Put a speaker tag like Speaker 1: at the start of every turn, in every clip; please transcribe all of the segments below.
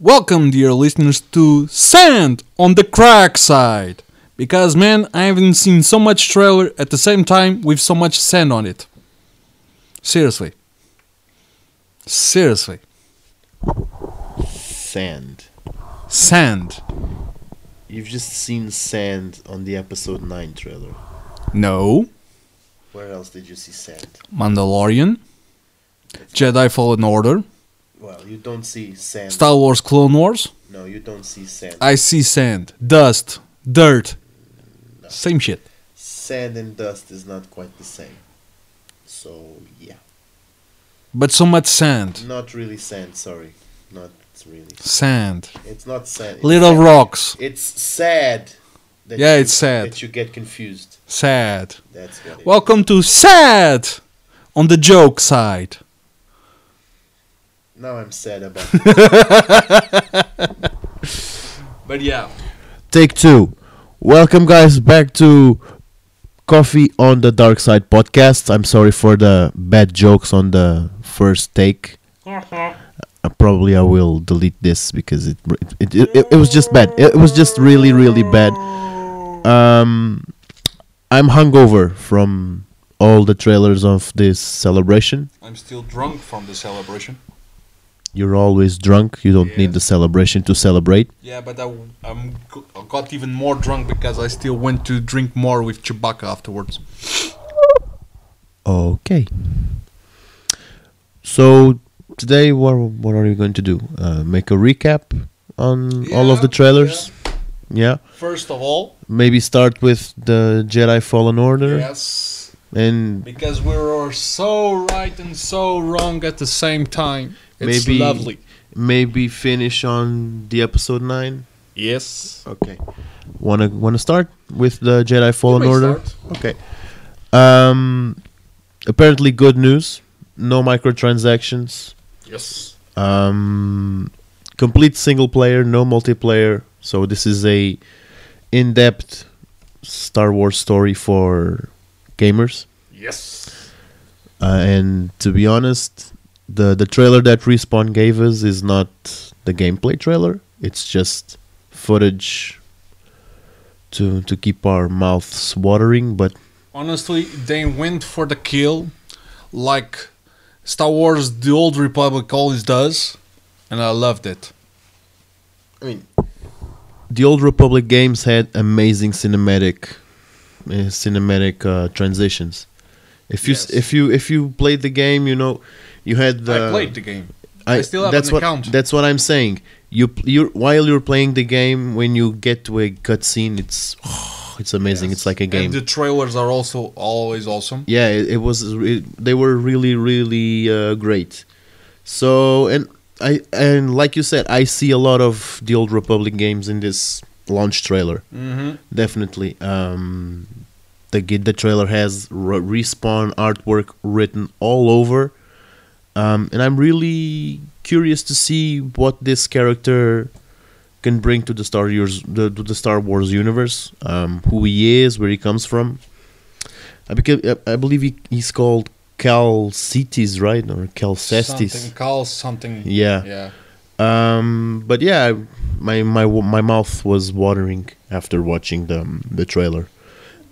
Speaker 1: Welcome, dear listeners, to Sand on the Crack Side. Because, man, I haven't seen so much trailer at the same time with so much sand on it. Seriously. Seriously.
Speaker 2: Sand.
Speaker 1: Sand.
Speaker 2: You've just seen sand on the episode 9 trailer.
Speaker 1: No.
Speaker 2: Where else did you see sand?
Speaker 1: Mandalorian. Jedi Fallen Order.
Speaker 2: Well, you don't see sand.
Speaker 1: Star Wars Clone Wars.
Speaker 2: No, you don't see sand.
Speaker 1: I see sand, dust, dirt. Same shit.
Speaker 2: Sand and dust is not quite the same. So, yeah.
Speaker 1: But so much sand.
Speaker 2: Not really sand, sorry. Not really.
Speaker 1: Sand.
Speaker 2: It's not sand. It's
Speaker 1: Little
Speaker 2: sad.
Speaker 1: rocks.
Speaker 2: It's sad. That
Speaker 1: Yeah, it's sad.
Speaker 2: That you get confused.
Speaker 1: Sad.
Speaker 2: That's what it
Speaker 1: Welcome to Sad on the joke side.
Speaker 2: Now I'm sad about
Speaker 1: But yeah.
Speaker 2: Take two. Welcome, guys, back to Coffee on the Dark Side podcast. I'm sorry for the bad jokes on the first take. Uh, probably I will delete this because it it, it, it, it was just bad. It, was just really really bad. Um, I'm hungover from all the trailers of this celebration.
Speaker 1: I'm still drunk from the celebration.
Speaker 2: You're always drunk. You don't need
Speaker 1: Yeah.
Speaker 2: the celebration to celebrate.
Speaker 1: Yeah, but I, am got even more drunk because I still went to drink more with Chewbacca afterwards.
Speaker 2: Okay. So today, what what are you going to do? Uh, make a recap on all of
Speaker 1: Yeah,
Speaker 2: the trailers. Yeah.
Speaker 1: First of all,
Speaker 2: Maybe start with the Jedi Fallen Order
Speaker 1: yes,
Speaker 2: and
Speaker 1: because we were so right and so wrong at the same time. It's
Speaker 2: Maybe-
Speaker 1: lovely.
Speaker 2: maybe finish on the episode nine.
Speaker 1: Yes.
Speaker 2: Okay. Wanna wanna start with the Jedi Fallen
Speaker 1: may
Speaker 2: Order? Okay. Um. Apparently, good news. No microtransactions.
Speaker 1: Yes.
Speaker 2: Um, complete single player, no multiplayer. So this is a in-depth Star Wars story for gamers.
Speaker 1: Yes.
Speaker 2: Uh, and to be honest, the the trailer that Respawn gave us is not the gameplay trailer. It's just footage to to keep our mouths watering. But
Speaker 1: Honestly, they went for the kill, like Star Wars: The Old Republic always does, and I loved it.
Speaker 2: I mean, the old Republic games had amazing cinematic, uh, cinematic uh, transitions. If you s
Speaker 1: Yes.
Speaker 2: if you if you played the game, you know, you had the.
Speaker 1: I played the game. I still have
Speaker 2: that's
Speaker 1: an
Speaker 2: what,
Speaker 1: account.
Speaker 2: That's what I'm saying. You you while you're playing the game, when you get to a cutscene, it's it's amazing. It's like a game.
Speaker 1: And the trailers are also always awesome.
Speaker 2: yeah, it, it was. It, they were really really uh, great. So and I and like you said, I see a lot of the old Republic games in this launch trailer.
Speaker 1: Mm-hmm.
Speaker 2: Definitely. Um, the gi- the trailer has re- respawn artwork written all over, um, and I'm really curious to see what this character can bring to the Star Wars the, to the Star Wars universe. Um, who he is, where he comes from. I became, I I believe he, he's called Calcites, right, or Calcestis.
Speaker 1: Something calls something.
Speaker 2: Yeah.
Speaker 1: Yeah.
Speaker 2: Um, but yeah, I- my my w- my mouth was watering after watching the um, the trailer,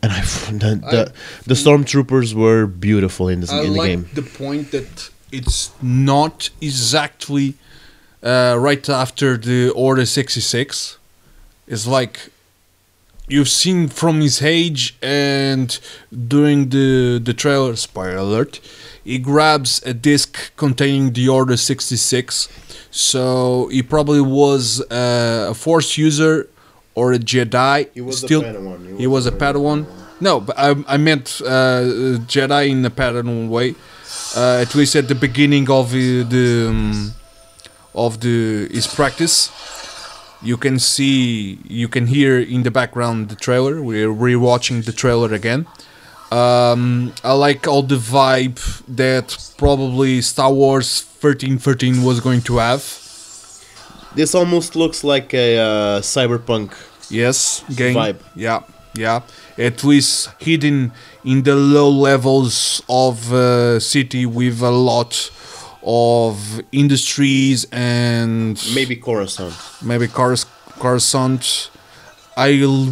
Speaker 2: and I the the, the stormtroopers were beautiful in this
Speaker 1: I
Speaker 2: in the
Speaker 1: like
Speaker 2: game.
Speaker 1: the point that it's not exactly uh, right after the Order 66. It's like you've seen from his age and during the, the trailer, spoiler alert, he grabs a disc containing the Order 66. So he probably was uh, a Force user or a Jedi.
Speaker 2: He was a
Speaker 1: still,
Speaker 2: Padawan.
Speaker 1: He was a Padawan. No, but I, I meant uh, Jedi in a Padawan way. Uh, at least at the beginning of uh, the um, of the his practice, you can see, you can hear in the background the trailer. We're rewatching the trailer again. Um, I like all the vibe that probably Star Wars 1313 was going to have.
Speaker 2: This almost looks like a uh, cyberpunk.
Speaker 1: Yes, game.
Speaker 2: Vibe.
Speaker 1: Yeah, yeah. At least hidden in the low levels of uh, city with a lot of industries and
Speaker 2: Maybe Coruscant.
Speaker 1: maybe Cars Coruscant. I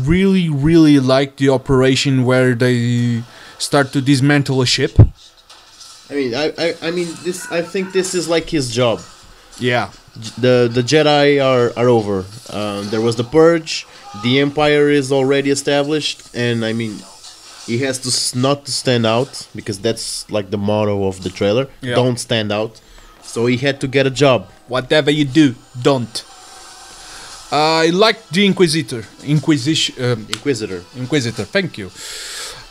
Speaker 1: really, really like the operation where they start to dismantle a ship.
Speaker 2: I mean, I, I, I mean, this. I think this is like his job.
Speaker 1: Yeah,
Speaker 2: the the Jedi are are over. Um, there was the purge. The Empire is already established, and I mean, he has to s- not to stand out because that's like the motto of the trailer.
Speaker 1: Yeah.
Speaker 2: Don't stand out. So he had to get a job.
Speaker 1: whatever you do, don't. I like the Inquisitor. Inquisition. Um,
Speaker 2: Inquisitor.
Speaker 1: Inquisitor, thank you.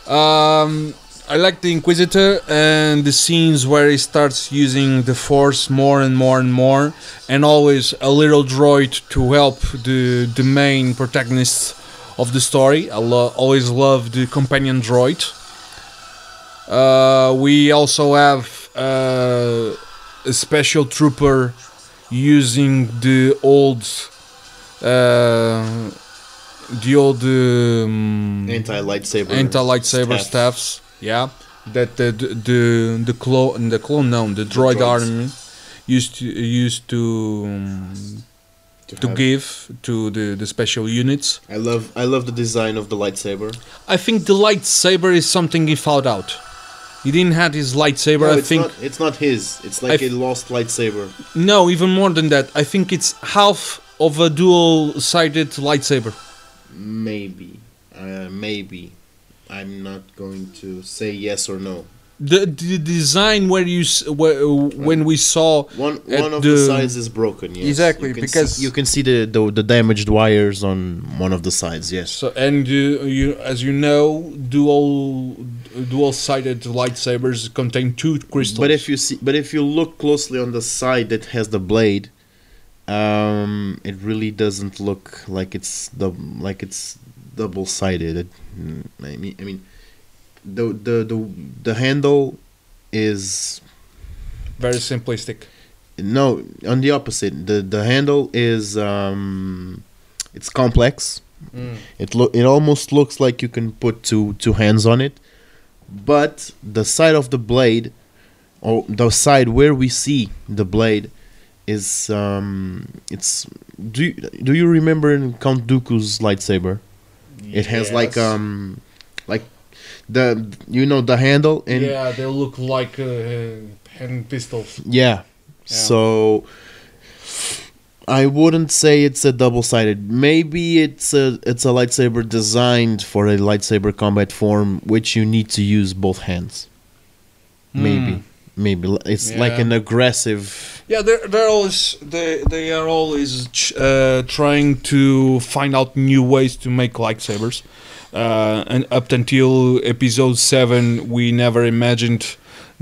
Speaker 1: Um, I like the Inquisitor and the scenes where he starts using the Force more and more and more, and always a little droid to help the the main protagonist of the story. I lo- always love the companion droid. Uh, we also have uh, a special trooper using the old. Uh, the old um,
Speaker 2: Anti lightsaber.
Speaker 1: anti lightsaber staffs. Yeah, that the the the, the clone the clone no the droid
Speaker 2: droids.
Speaker 1: army used to used to um, to give to the the special units.
Speaker 2: I love I love the design of the lightsaber.
Speaker 1: I think the lightsaber is something he found out. He didn't have his lightsaber.
Speaker 2: No,
Speaker 1: I
Speaker 2: it's
Speaker 1: think
Speaker 2: not, it's not his. It's like
Speaker 1: I
Speaker 2: a lost lightsaber.
Speaker 1: no, even more than that. I think it's half of a dual sided lightsaber.
Speaker 2: Maybe, uh, maybe. I'm not going to say yes or no.
Speaker 1: The, the design where you s- where, when we saw
Speaker 2: One
Speaker 1: at
Speaker 2: one of the, sides is broken. Yes.
Speaker 1: Exactly,
Speaker 2: You can
Speaker 1: because-
Speaker 2: see, you can see the, the the damaged wires on one of the sides. Yes.
Speaker 1: So and you, you as you know, dual dual-sided lightsabers contain two crystals.
Speaker 2: But if you see, but if you look closely on the side that has the blade, um, it really doesn't look like it's the like it's double sided. It, mm, I mean, I mean, the the the the handle is
Speaker 1: very simplistic,
Speaker 2: no on the opposite. the The handle is um, it's complex. It lo- it almost looks like you can put two two hands on it, but the side of the blade, or the side where we see the blade, is um it's do you, do you remember in Count Dooku's lightsaber? It has like um like the you know the handle and
Speaker 1: yeah, they look like uh, hand pistols.
Speaker 2: yeah. So I wouldn't say it's a double-sided. Maybe it's a it's a lightsaber designed for a lightsaber combat form which you need to use both hands. Maybe. Maybe L- it's like
Speaker 1: Yeah.
Speaker 2: an aggressive
Speaker 1: Yeah, they're they're always they they are always ch- uh, trying to find out new ways to make lightsabers, uh, and up until episode seven, we never imagined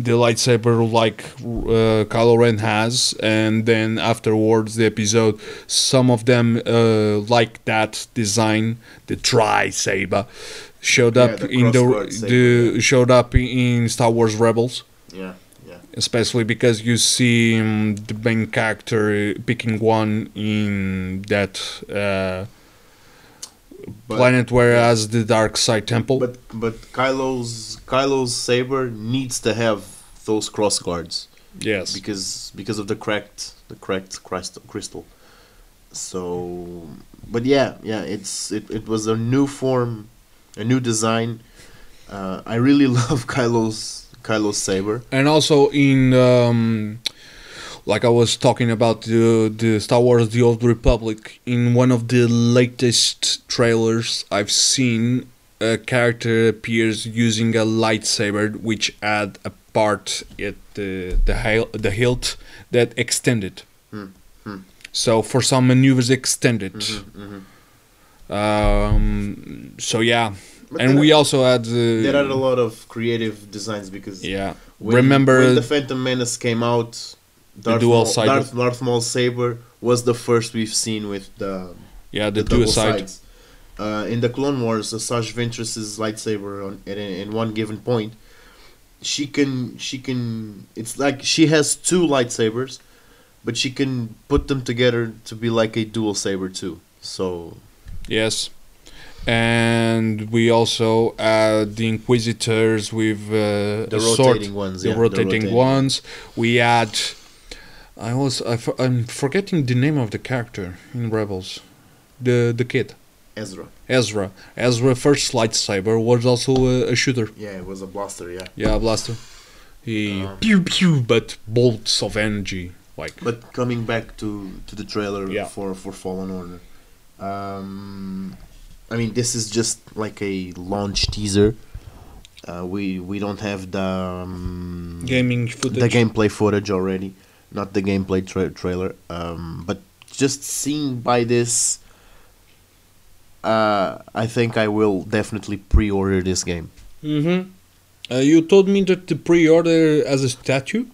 Speaker 1: the lightsaber like uh, Kylo Ren has, and then afterwards the episode, some of them uh, like that design, the tri saber, showed
Speaker 2: Yeah,
Speaker 1: up
Speaker 2: the
Speaker 1: in the,
Speaker 2: crossword saber,
Speaker 1: the showed up in Star Wars Rebels
Speaker 2: yeah, yeah.
Speaker 1: especially because you see um, the main character picking one in that uh,
Speaker 2: But-
Speaker 1: planet, whereas the dark side temple.
Speaker 2: But but Kylo's Kylo's saber needs to have those cross guards.
Speaker 1: yes,
Speaker 2: because because of the cracked the cracked crystal crystal so but yeah yeah it's it, it was a new form a new design uh, i really love kylo's kylo's saber
Speaker 1: and also in um, like I was talking about the the Star Wars: The Old Republic. In one of the latest trailers I've seen, a character appears using a lightsaber which had a part at the the, hail, the hilt that extended.
Speaker 2: Hmm,
Speaker 1: So for some maneuvers extended.
Speaker 2: Mm-hmm,
Speaker 1: Um, so yeah,
Speaker 2: But
Speaker 1: and
Speaker 2: there
Speaker 1: we also had uh,
Speaker 2: there are a lot of creative designs because
Speaker 1: yeah.
Speaker 2: when,
Speaker 1: Remember
Speaker 2: when the phantom menace came out Darth,
Speaker 1: dual
Speaker 2: Maul,
Speaker 1: sided-
Speaker 2: Darth, Darth Maul's saber was the first we've seen with the
Speaker 1: yeah the,
Speaker 2: double
Speaker 1: dual side
Speaker 2: sides. Uh, in the Clone Wars, Asajj Ventress's lightsaber on, at in one given point, she can she can it's like she has two lightsabers, but she can put them together to be like a dual saber too. So
Speaker 1: Yes. And we also had the Inquisitors with uh, a
Speaker 2: The rotating
Speaker 1: sword.
Speaker 2: ones,
Speaker 1: the
Speaker 2: yeah, the
Speaker 1: rotating
Speaker 2: rotating
Speaker 1: ones. We had I was I for, I'm forgetting the name of the character in Rebels, the the kid
Speaker 2: Ezra.
Speaker 1: Ezra. Ezra first lightsaber was also a, a shooter.
Speaker 2: Yeah, it was a blaster. Yeah,
Speaker 1: Yeah, blaster. He
Speaker 2: Um,
Speaker 1: pew pew, but bolts of energy like.
Speaker 2: but coming back to to the trailer
Speaker 1: Yeah.
Speaker 2: for for Fallen Order, um, I mean this is just like a launch teaser. Uh, we we don't have the um,
Speaker 1: Gaming footage.
Speaker 2: the gameplay footage already, not the gameplay tra- trailer. Um, but just seeing by this, uh, I think I will definitely pre-order this game.
Speaker 1: Mm-hmm. Uh, you told me that the pre-order as a statue.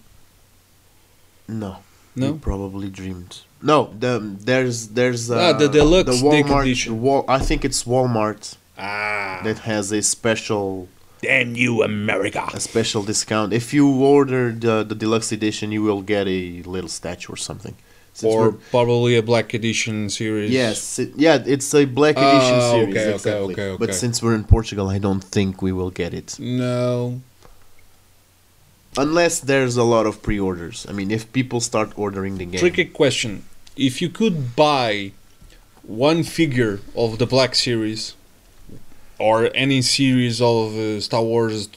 Speaker 2: No,
Speaker 1: No?
Speaker 2: you probably dreamed. No, the there's there's uh,
Speaker 1: Ah, the deluxe
Speaker 2: the
Speaker 1: Nick
Speaker 2: Walmart.
Speaker 1: edition.
Speaker 2: the Wal- I think it's Walmart
Speaker 1: Ah,
Speaker 2: that has a special
Speaker 1: damn you, America!
Speaker 2: a special discount. If you order the the deluxe edition, you will get a little statue or something. Since
Speaker 1: Or
Speaker 2: we're-
Speaker 1: probably a black edition series.
Speaker 2: Yes, it- yeah, it's a black edition
Speaker 1: Ah,
Speaker 2: series.
Speaker 1: okay, okay,
Speaker 2: exactly.
Speaker 1: okay,
Speaker 2: But
Speaker 1: okay.
Speaker 2: since we're in Portugal, I don't think we will get it
Speaker 1: No.
Speaker 2: unless there's a lot of pre-orders. I mean, if people start ordering the game,
Speaker 1: Tricky question. If you could buy one figure of the Black Series or any series of uh, Star Wars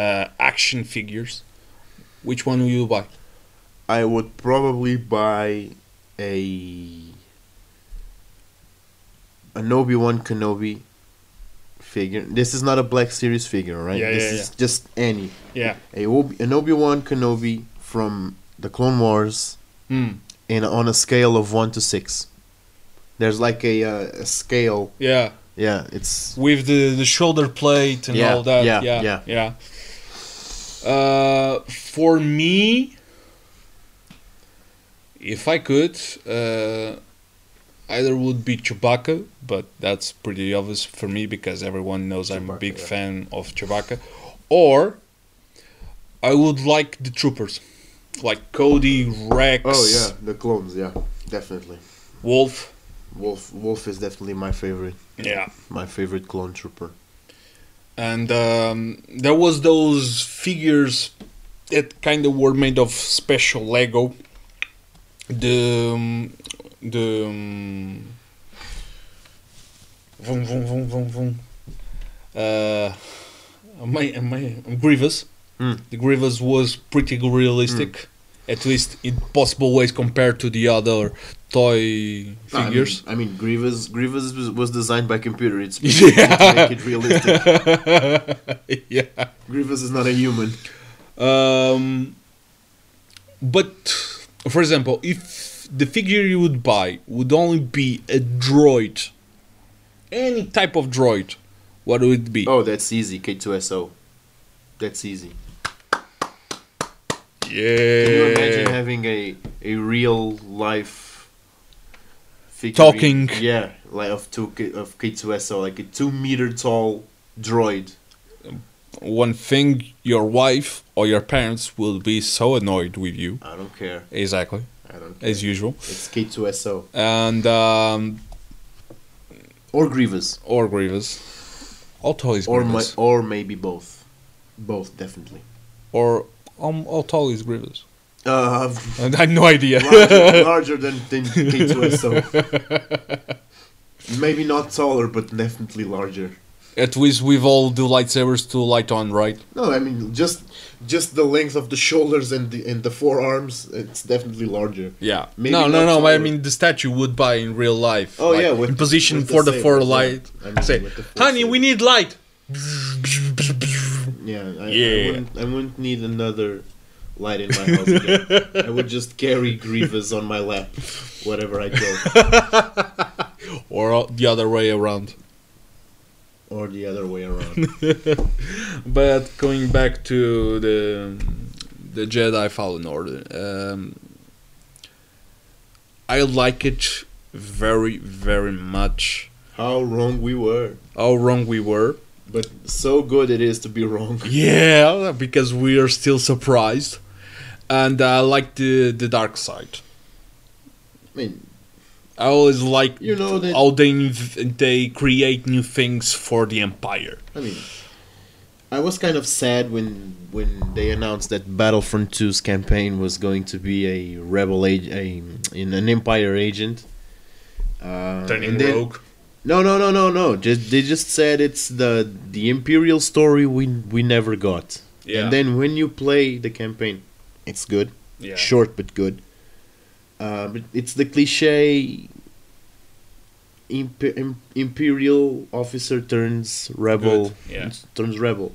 Speaker 1: uh, action figures, which one will you buy?
Speaker 2: I would probably buy a an Obi Wan Kenobi figure. This is not a Black Series figure, right?
Speaker 1: Yeah,
Speaker 2: this
Speaker 1: yeah,
Speaker 2: is just any
Speaker 1: Yeah.
Speaker 2: a Obi- an Obi Wan Kenobi from the Clone Wars.
Speaker 1: Hmm.
Speaker 2: in on a scale of one to six. There's like a, uh, a scale.
Speaker 1: Yeah.
Speaker 2: Yeah, it's
Speaker 1: With the, the shoulder plate and
Speaker 2: Yeah,
Speaker 1: all that.
Speaker 2: yeah,
Speaker 1: Yeah. Yeah. Yeah. Uh, for me, if I could, uh, either would be Chewbacca, but that's pretty obvious for me because everyone knows I'm a
Speaker 2: Chewbacca,
Speaker 1: big
Speaker 2: yeah.
Speaker 1: fan of Chewbacca. Or I would like the troopers, like Cody, Rex,
Speaker 2: oh yeah, the clones. Yeah, definitely.
Speaker 1: Wolf.
Speaker 2: Wolf Wolf is definitely my favorite.
Speaker 1: Yeah.
Speaker 2: My favorite clone trooper.
Speaker 1: and um, there was those figures that kind of were made of special Lego. The um, the um, vroom, vroom, vroom, vroom, vroom. Uh, my my Grievous.
Speaker 2: Hmm.
Speaker 1: The Grievous was pretty realistic, at least in possible ways compared to the other toy figures.
Speaker 2: I mean, I mean Grievous. Grievous was, was designed by computer. It's
Speaker 1: Yeah.
Speaker 2: to make it realistic.
Speaker 1: yeah.
Speaker 2: Grievous is not a human.
Speaker 1: Um, but for example, if the figure you would buy would only be a droid, any type of droid, what would it be?
Speaker 2: Oh, that's easy. K2SO. That's easy.
Speaker 1: yeah.
Speaker 2: Can you imagine having a a real life figurine-
Speaker 1: Talking.
Speaker 2: Yeah, like of two K- of K2SO, like a two meter tall droid.
Speaker 1: One thing your wife or your parents will be so annoyed with you.
Speaker 2: I don't care.
Speaker 1: Exactly,
Speaker 2: I don't care.
Speaker 1: as usual.
Speaker 2: It's K2SO
Speaker 1: And um,
Speaker 2: or Grievous
Speaker 1: or Grievous, how tall is
Speaker 2: or my,
Speaker 1: Grievous?
Speaker 2: or maybe both. Both definitely.
Speaker 1: or um, how tall is Grievous?
Speaker 2: Uh,
Speaker 1: I have no idea.
Speaker 2: larger, larger than, than K2SO. maybe not taller, but definitely larger.
Speaker 1: At least with all the lightsabers to light on, right?
Speaker 2: No, I mean just just the length of the shoulders and the and the forearms. It's definitely larger.
Speaker 1: Yeah.
Speaker 2: Maybe
Speaker 1: no,
Speaker 2: not
Speaker 1: no, no. but I
Speaker 2: for-
Speaker 1: mean, the statue would buy in real life.
Speaker 2: Oh, yeah, with-
Speaker 1: in position
Speaker 2: with the
Speaker 1: for the,
Speaker 2: saber,
Speaker 1: for
Speaker 2: yeah.
Speaker 1: light.
Speaker 2: I mean,
Speaker 1: Say,
Speaker 2: with the four
Speaker 1: honey, we
Speaker 2: sabers."
Speaker 1: need light.
Speaker 2: Yeah, I, I
Speaker 1: Yeah.
Speaker 2: wouldn't. I wouldn't need another light in my house. Again. I would just carry Grievous on my lap, wherever I go,
Speaker 1: Or the other way around.
Speaker 2: or the other way around.
Speaker 1: But going back to the the Jedi Fallen Order, um, I like it very, very much.
Speaker 2: How wrong we were,
Speaker 1: How wrong we were.
Speaker 2: but so good it is to be wrong.
Speaker 1: Yeah, because we are still surprised, and I like the the dark side.
Speaker 2: I mean,
Speaker 1: I always like
Speaker 2: You know that-
Speaker 1: how they inv- they create new things for the empire.
Speaker 2: I mean, I was kind of sad when when they announced that Battlefront 2's campaign was going to be a rebel age a in an Empire agent. Uh,
Speaker 1: Turning
Speaker 2: and then-
Speaker 1: rogue.
Speaker 2: No, no, no, no, no. Just they just said it's the the Imperial story we we never got.
Speaker 1: Yeah.
Speaker 2: And then when you play the campaign, it's good,
Speaker 1: yeah.
Speaker 2: short but good. Uh, but it's the cliche. Imp- im- Imperial officer turns rebel
Speaker 1: Good, yeah.
Speaker 2: turns rebel.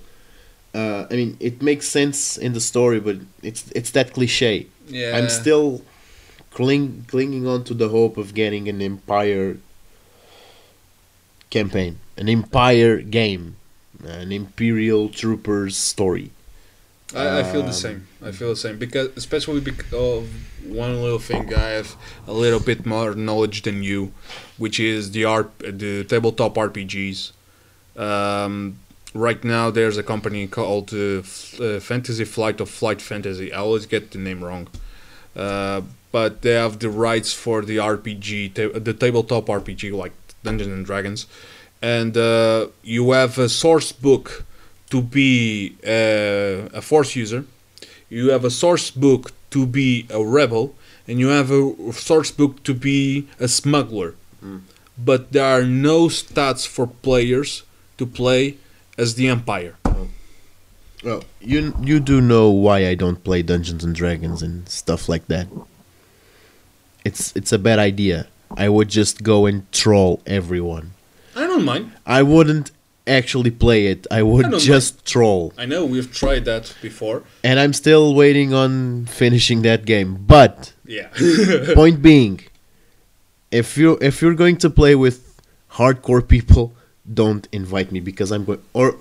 Speaker 2: Uh, I mean, it makes sense in the story, but it's it's that cliche.
Speaker 1: Yeah.
Speaker 2: I'm still cling, clinging on to the hope of getting an Empire campaign, an Empire game, an Imperial Troopers story.
Speaker 1: I, I feel the
Speaker 2: Um,
Speaker 1: same. I feel the same because, especially because of one little thing, I have a little bit more knowledge than you, which is the R the tabletop RPGs. Um, right now, there's a company called uh, F- uh, Fantasy Flight or Flight Fantasy. I always get the name wrong, uh, but they have the rights for the RPG, ta- the tabletop RPG, like Dungeons and Dragons, and uh, you have a source book to be uh, a force user, you have a source book to be a rebel, and you have a source book to be a smuggler. But there are no stats for players to play as the Empire.
Speaker 2: Well, you you do know why I don't play Dungeons and Dragons and stuff like that. It's it's a bad idea. I would just go and troll everyone.
Speaker 1: I don't mind.
Speaker 2: I wouldn't actually play it. I
Speaker 1: I
Speaker 2: would
Speaker 1: don't
Speaker 2: just troll.
Speaker 1: I know we've tried that before.
Speaker 2: And I'm still waiting on finishing that game. But
Speaker 1: Yeah.
Speaker 2: point being, if you if you're going to play with hardcore people, don't invite me because I'm going or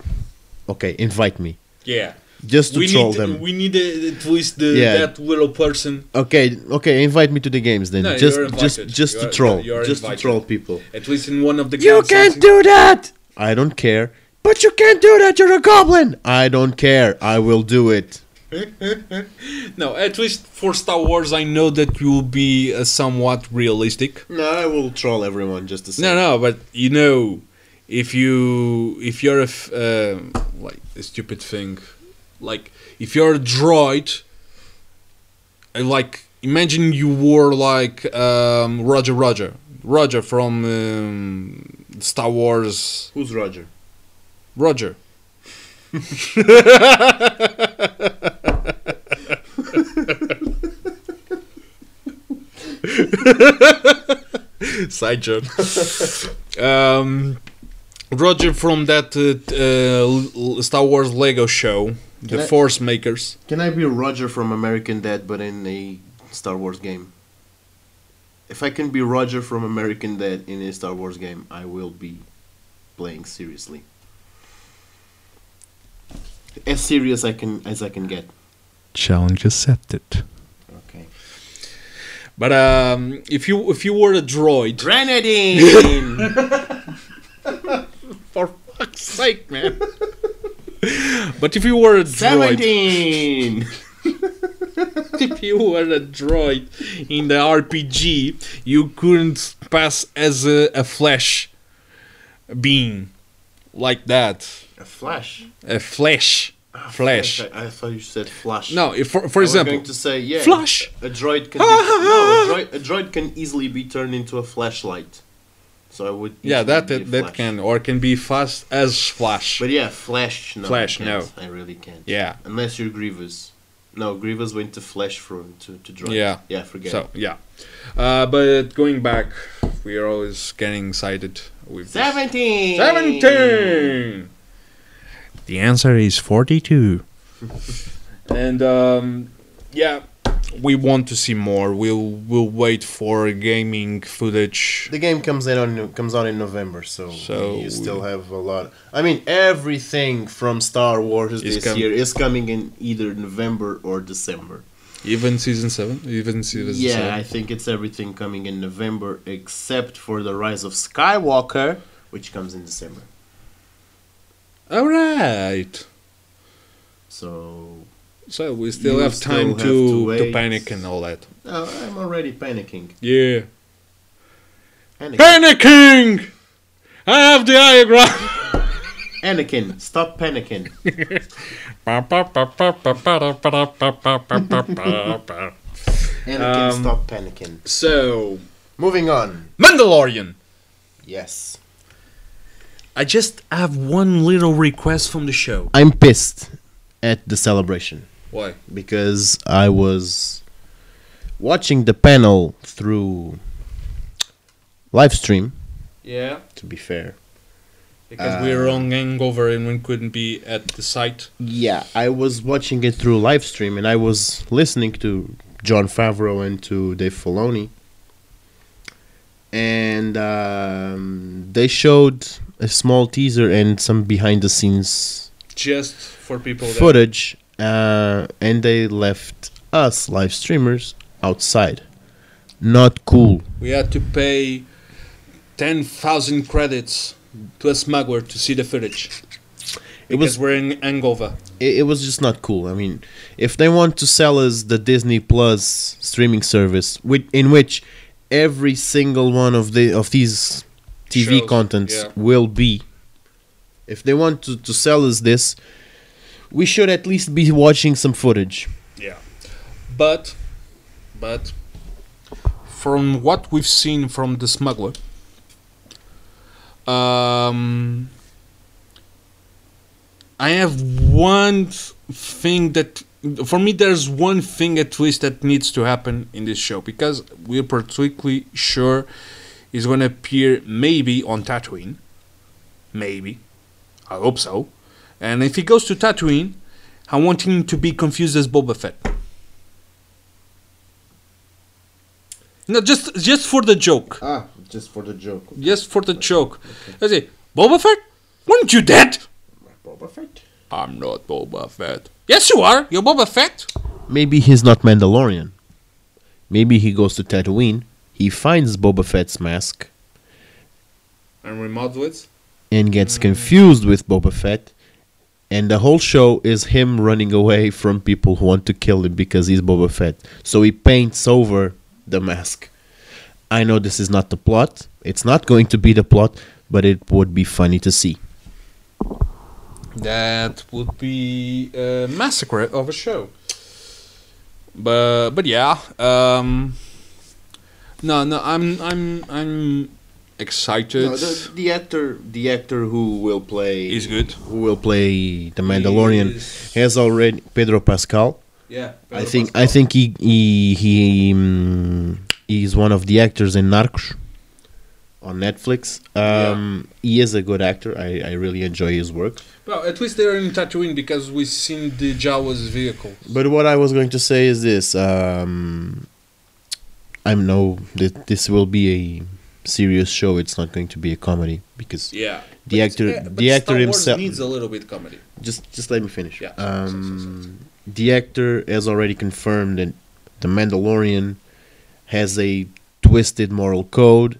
Speaker 2: okay, invite me
Speaker 1: yeah.
Speaker 2: just to
Speaker 1: We
Speaker 2: troll
Speaker 1: need,
Speaker 2: them.
Speaker 1: we need uh, at least the,
Speaker 2: Yeah.
Speaker 1: that little person.
Speaker 2: okay, okay, invite me to the games then.
Speaker 1: No,
Speaker 2: just
Speaker 1: you're
Speaker 2: just
Speaker 1: invited.
Speaker 2: just
Speaker 1: You're-
Speaker 2: to troll,
Speaker 1: you're
Speaker 2: just
Speaker 1: invited.
Speaker 2: to troll people.
Speaker 1: At least in one of the
Speaker 3: You
Speaker 1: games,
Speaker 3: can't
Speaker 1: something-
Speaker 3: do that!
Speaker 2: I don't care. But you can't do that. You're a goblin. I don't care. I will do it.
Speaker 1: No, at least for Star Wars, I know that you will be uh, somewhat realistic.
Speaker 2: No, I will troll everyone just to say.
Speaker 1: No, no, but you know, if you if you're a f- um like a stupid thing, like if you're a droid, and like imagine you were like um, Roger, Roger, Roger from um, Star Wars,
Speaker 2: Who's Roger?
Speaker 1: Roger. Side joke. um, Roger from that uh, t- uh, L- L- Star Wars Lego show, the
Speaker 2: I-
Speaker 1: Force Makers.
Speaker 2: Can I be Roger from American Dad, but in a Star Wars game? If I can be Roger from American Dad in a Star Wars game, I will be playing seriously. As serious I can as I can get.
Speaker 1: Challenge accepted.
Speaker 2: Okay.
Speaker 1: But um, if you if you were a droid,
Speaker 2: Grenadine.
Speaker 1: for fuck's sake, man. but if you were a droid,
Speaker 2: Seventeen.
Speaker 1: if you were a droid in the RPG, you couldn't pass as a, a flesh being like that.
Speaker 2: A flash. Ah,
Speaker 1: A flesh. Flesh.
Speaker 2: I, I thought you said flash.
Speaker 1: No, if, for, for
Speaker 2: I was
Speaker 1: example,
Speaker 2: going to say yeah.
Speaker 1: Flash.
Speaker 2: A droid can. Be, no, a droid, a droid can easily be turned into a flashlight. So I would.
Speaker 1: yeah,
Speaker 2: easily
Speaker 1: that
Speaker 2: be a
Speaker 1: that, that
Speaker 2: Flash.
Speaker 1: can or can be fast as flash.
Speaker 2: But yeah, Flash. No,
Speaker 1: Flash,
Speaker 2: I can't. I really can't.
Speaker 1: yeah,
Speaker 2: Unless you're Grievous. No, Grievous went to Flash from to to droid.
Speaker 1: Yeah.
Speaker 2: Yeah, forget.
Speaker 1: so yeah. Uh, but going back, we are always getting excited with this.
Speaker 2: it. Seventeen.
Speaker 1: 17. The answer is 42. and um, yeah, we want to see more. We'll we'll wait for gaming footage.
Speaker 2: The game comes in on comes on in November, so,
Speaker 1: So
Speaker 2: you still
Speaker 1: we-
Speaker 2: have a lot. I mean, everything from Star Wars
Speaker 1: Is
Speaker 2: this
Speaker 1: com-
Speaker 2: year is coming in either November or December.
Speaker 1: Even season 7, even season 7.
Speaker 2: Yeah, I think it's everything coming in November except for the Rise of Skywalker, which comes in December.
Speaker 1: All right.
Speaker 2: So
Speaker 1: So we still
Speaker 2: You
Speaker 1: have
Speaker 2: still
Speaker 1: time
Speaker 2: have to
Speaker 1: to, to
Speaker 2: wait.
Speaker 1: panic and all that.
Speaker 2: uh, I'm already panicking.
Speaker 1: Yeah.
Speaker 2: Panicking.
Speaker 1: Panicking! I have the diagram.
Speaker 2: Anakin, stop panicking. Anakin,
Speaker 1: Um,
Speaker 2: stop panicking.
Speaker 1: So,
Speaker 2: Moving on.
Speaker 1: Mandalorian.
Speaker 2: Yes.
Speaker 1: I just have one little request from the show.
Speaker 2: I'm pissed at the celebration
Speaker 1: Why?
Speaker 2: because I was watching the panel through live stream,
Speaker 1: Yeah,
Speaker 2: to be fair.
Speaker 1: because we were on hangover and we couldn't be at the site.
Speaker 2: Yeah, I was watching it through live stream and I was listening to John Favreau and to Dave Filoni. And um, they showed a small teaser and some behind the scenes
Speaker 1: Just for people that
Speaker 2: footage, uh, and they left us live streamers outside. Not cool.
Speaker 1: we had to pay 10,000 credits to a smuggler to see the footage.
Speaker 2: It
Speaker 1: because
Speaker 2: was
Speaker 1: we're in hangover.
Speaker 2: it, it was just not cool. I mean, if they want to sell us the Disney Plus streaming service, which, in which every single one of the of these TV
Speaker 1: Shows,
Speaker 2: contents
Speaker 1: yeah.
Speaker 2: will be, if they want to, to sell us this, we should at least be watching some footage.
Speaker 1: Yeah. But, but,
Speaker 4: from what we've seen from the smuggler, um, I have one thing that for me there's one thing at least that needs to happen in this show because we're particularly sure is going to appear maybe on Tatooine, maybe, I hope so, and if he goes to Tatooine, I want him to be confused as Boba Fett. No, just just for the joke.
Speaker 2: Ah, just for the joke,
Speaker 4: Just for the joke. I say, Boba Fett? Weren't you dead?
Speaker 2: Boba Fett.
Speaker 4: I'm not Boba Fett. Yes, you are. You're Boba Fett.
Speaker 2: Maybe he's not Mandalorian. Maybe he goes to Tatooine. He finds Boba Fett's mask
Speaker 1: and remodel it.
Speaker 2: and gets confused with Boba Fett. And the whole show is him running away from people who want to kill him because he's Boba Fett. So he paints over the mask. I know this is not the plot. It's not going to be the plot, but it would be funny to see.
Speaker 4: That would be a massacre of a show. But but yeah. Um, no no I'm I'm I'm excited.
Speaker 2: the actor, the actor who will play,
Speaker 4: He's good.
Speaker 2: who will play the Mandalorian, has already Pedro Pascal.
Speaker 1: Yeah.
Speaker 2: I think I think he he he mm, he's one of the actors in Narcos on Netflix. Um, He is a good actor. I, I really enjoy his work.
Speaker 1: Well, at least they're in Tatooine because we've seen the Jawas vehicle.
Speaker 2: But what I was going to say is this: um, I know that this will be a serious show. It's not going to be a comedy because
Speaker 1: Yeah.
Speaker 2: The
Speaker 1: it's-
Speaker 2: actor-
Speaker 1: yeah, but
Speaker 2: the actor
Speaker 1: Star Wars
Speaker 2: himself-
Speaker 1: needs a little bit comedy.
Speaker 2: just just let me finish.
Speaker 1: Yeah.
Speaker 2: Um, the actor has already confirmed that the Mandalorian has a twisted moral code,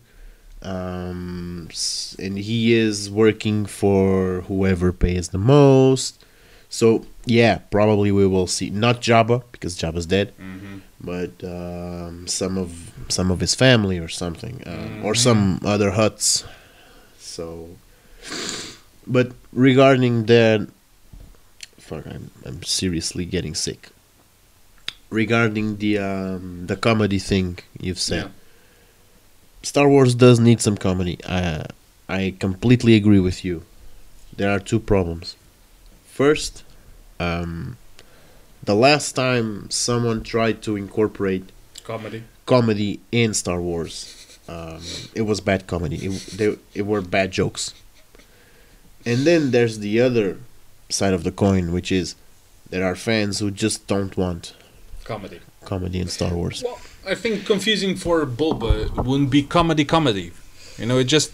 Speaker 2: um, s- and he is working for whoever pays the most. So yeah, probably we will see not Jabba because Jabba's dead, but um, some of some of his family or something, uh, or some other huts. So, but regarding that, fuck, I'm I'm seriously getting sick. Regarding the um, the comedy thing you've said,
Speaker 1: Yeah.
Speaker 2: Star Wars does need some comedy. I I completely agree with you. There are two problems. First, um, the last time someone tried to incorporate
Speaker 1: Comedy.
Speaker 2: comedy in Star Wars, um, it was bad comedy. It, they, it were bad jokes. And then there's the other side of the coin, which is there are fans who just don't want
Speaker 1: Comedy.
Speaker 2: comedy in Star Wars.
Speaker 1: Well, I think confusing for
Speaker 4: for Bulba wouldn't be comedy comedy. You know, it just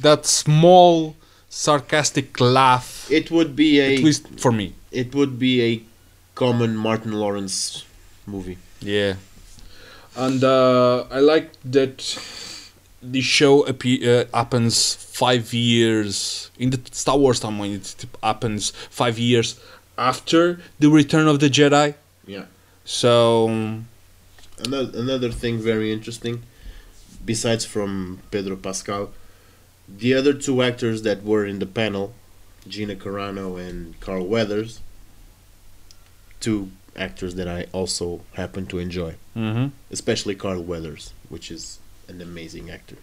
Speaker 4: that small sarcastic laugh.
Speaker 2: It would be
Speaker 4: At
Speaker 2: a
Speaker 4: least for me.
Speaker 2: it would be a common Martin Lawrence movie.
Speaker 4: Yeah.
Speaker 1: and uh, I like that
Speaker 4: The show appe- uh, happens five years in the Star Wars timeline. It happens five years after the Return of the Jedi.
Speaker 2: Yeah.
Speaker 4: So
Speaker 2: Another another thing very interesting, besides from Pedro Pascal, the other two actors that were in the panel Gina Carano and Carl Weathers, two actors that I also happen to enjoy,
Speaker 4: Mm-hmm.
Speaker 2: especially Carl Weathers, which is an amazing actor.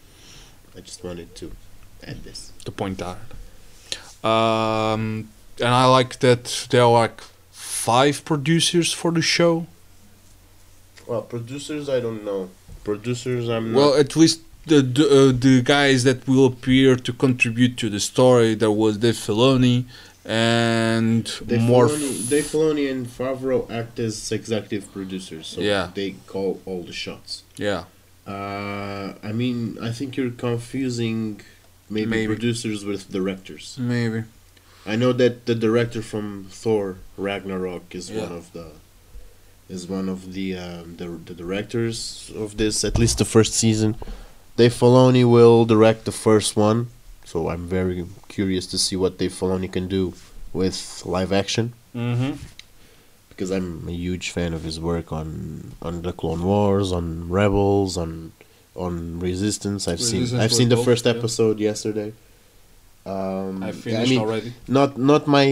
Speaker 2: I just wanted to add this.
Speaker 1: to point out. Um, and I like that there are like five producers for the show.
Speaker 2: Well, producers, I don't know. Producers, I'm
Speaker 1: Well, at least the the, uh, the guys that will appear to contribute to the story. There was Dave Filoni and
Speaker 2: Dave
Speaker 1: more.
Speaker 2: Filoni, Dave Filoni and Favreau act as executive producers, so
Speaker 1: Yeah.
Speaker 2: they call all the shots.
Speaker 1: yeah,
Speaker 2: Uh, I mean, I think you're confusing maybe,
Speaker 1: Maybe.
Speaker 2: producers with directors.
Speaker 1: maybe.
Speaker 2: I know that the director from Thor Ragnarok is one
Speaker 1: Yeah.
Speaker 2: of the is one of the, um, the the directors of this, at least the first season. Dave Filoni will direct the first one, so I'm very curious to see what Dave Filoni can do with live action
Speaker 1: Mm-hmm.
Speaker 2: because I'm a huge fan of his work on on the Clone Wars, on Rebels, on on Resistance. I've seen
Speaker 1: Resistance
Speaker 2: I've
Speaker 1: was
Speaker 2: seen the
Speaker 1: dope,
Speaker 2: first
Speaker 1: yeah.
Speaker 2: episode yesterday. Um,
Speaker 1: I
Speaker 2: I
Speaker 1: finished
Speaker 2: mean,
Speaker 1: already.
Speaker 2: not not my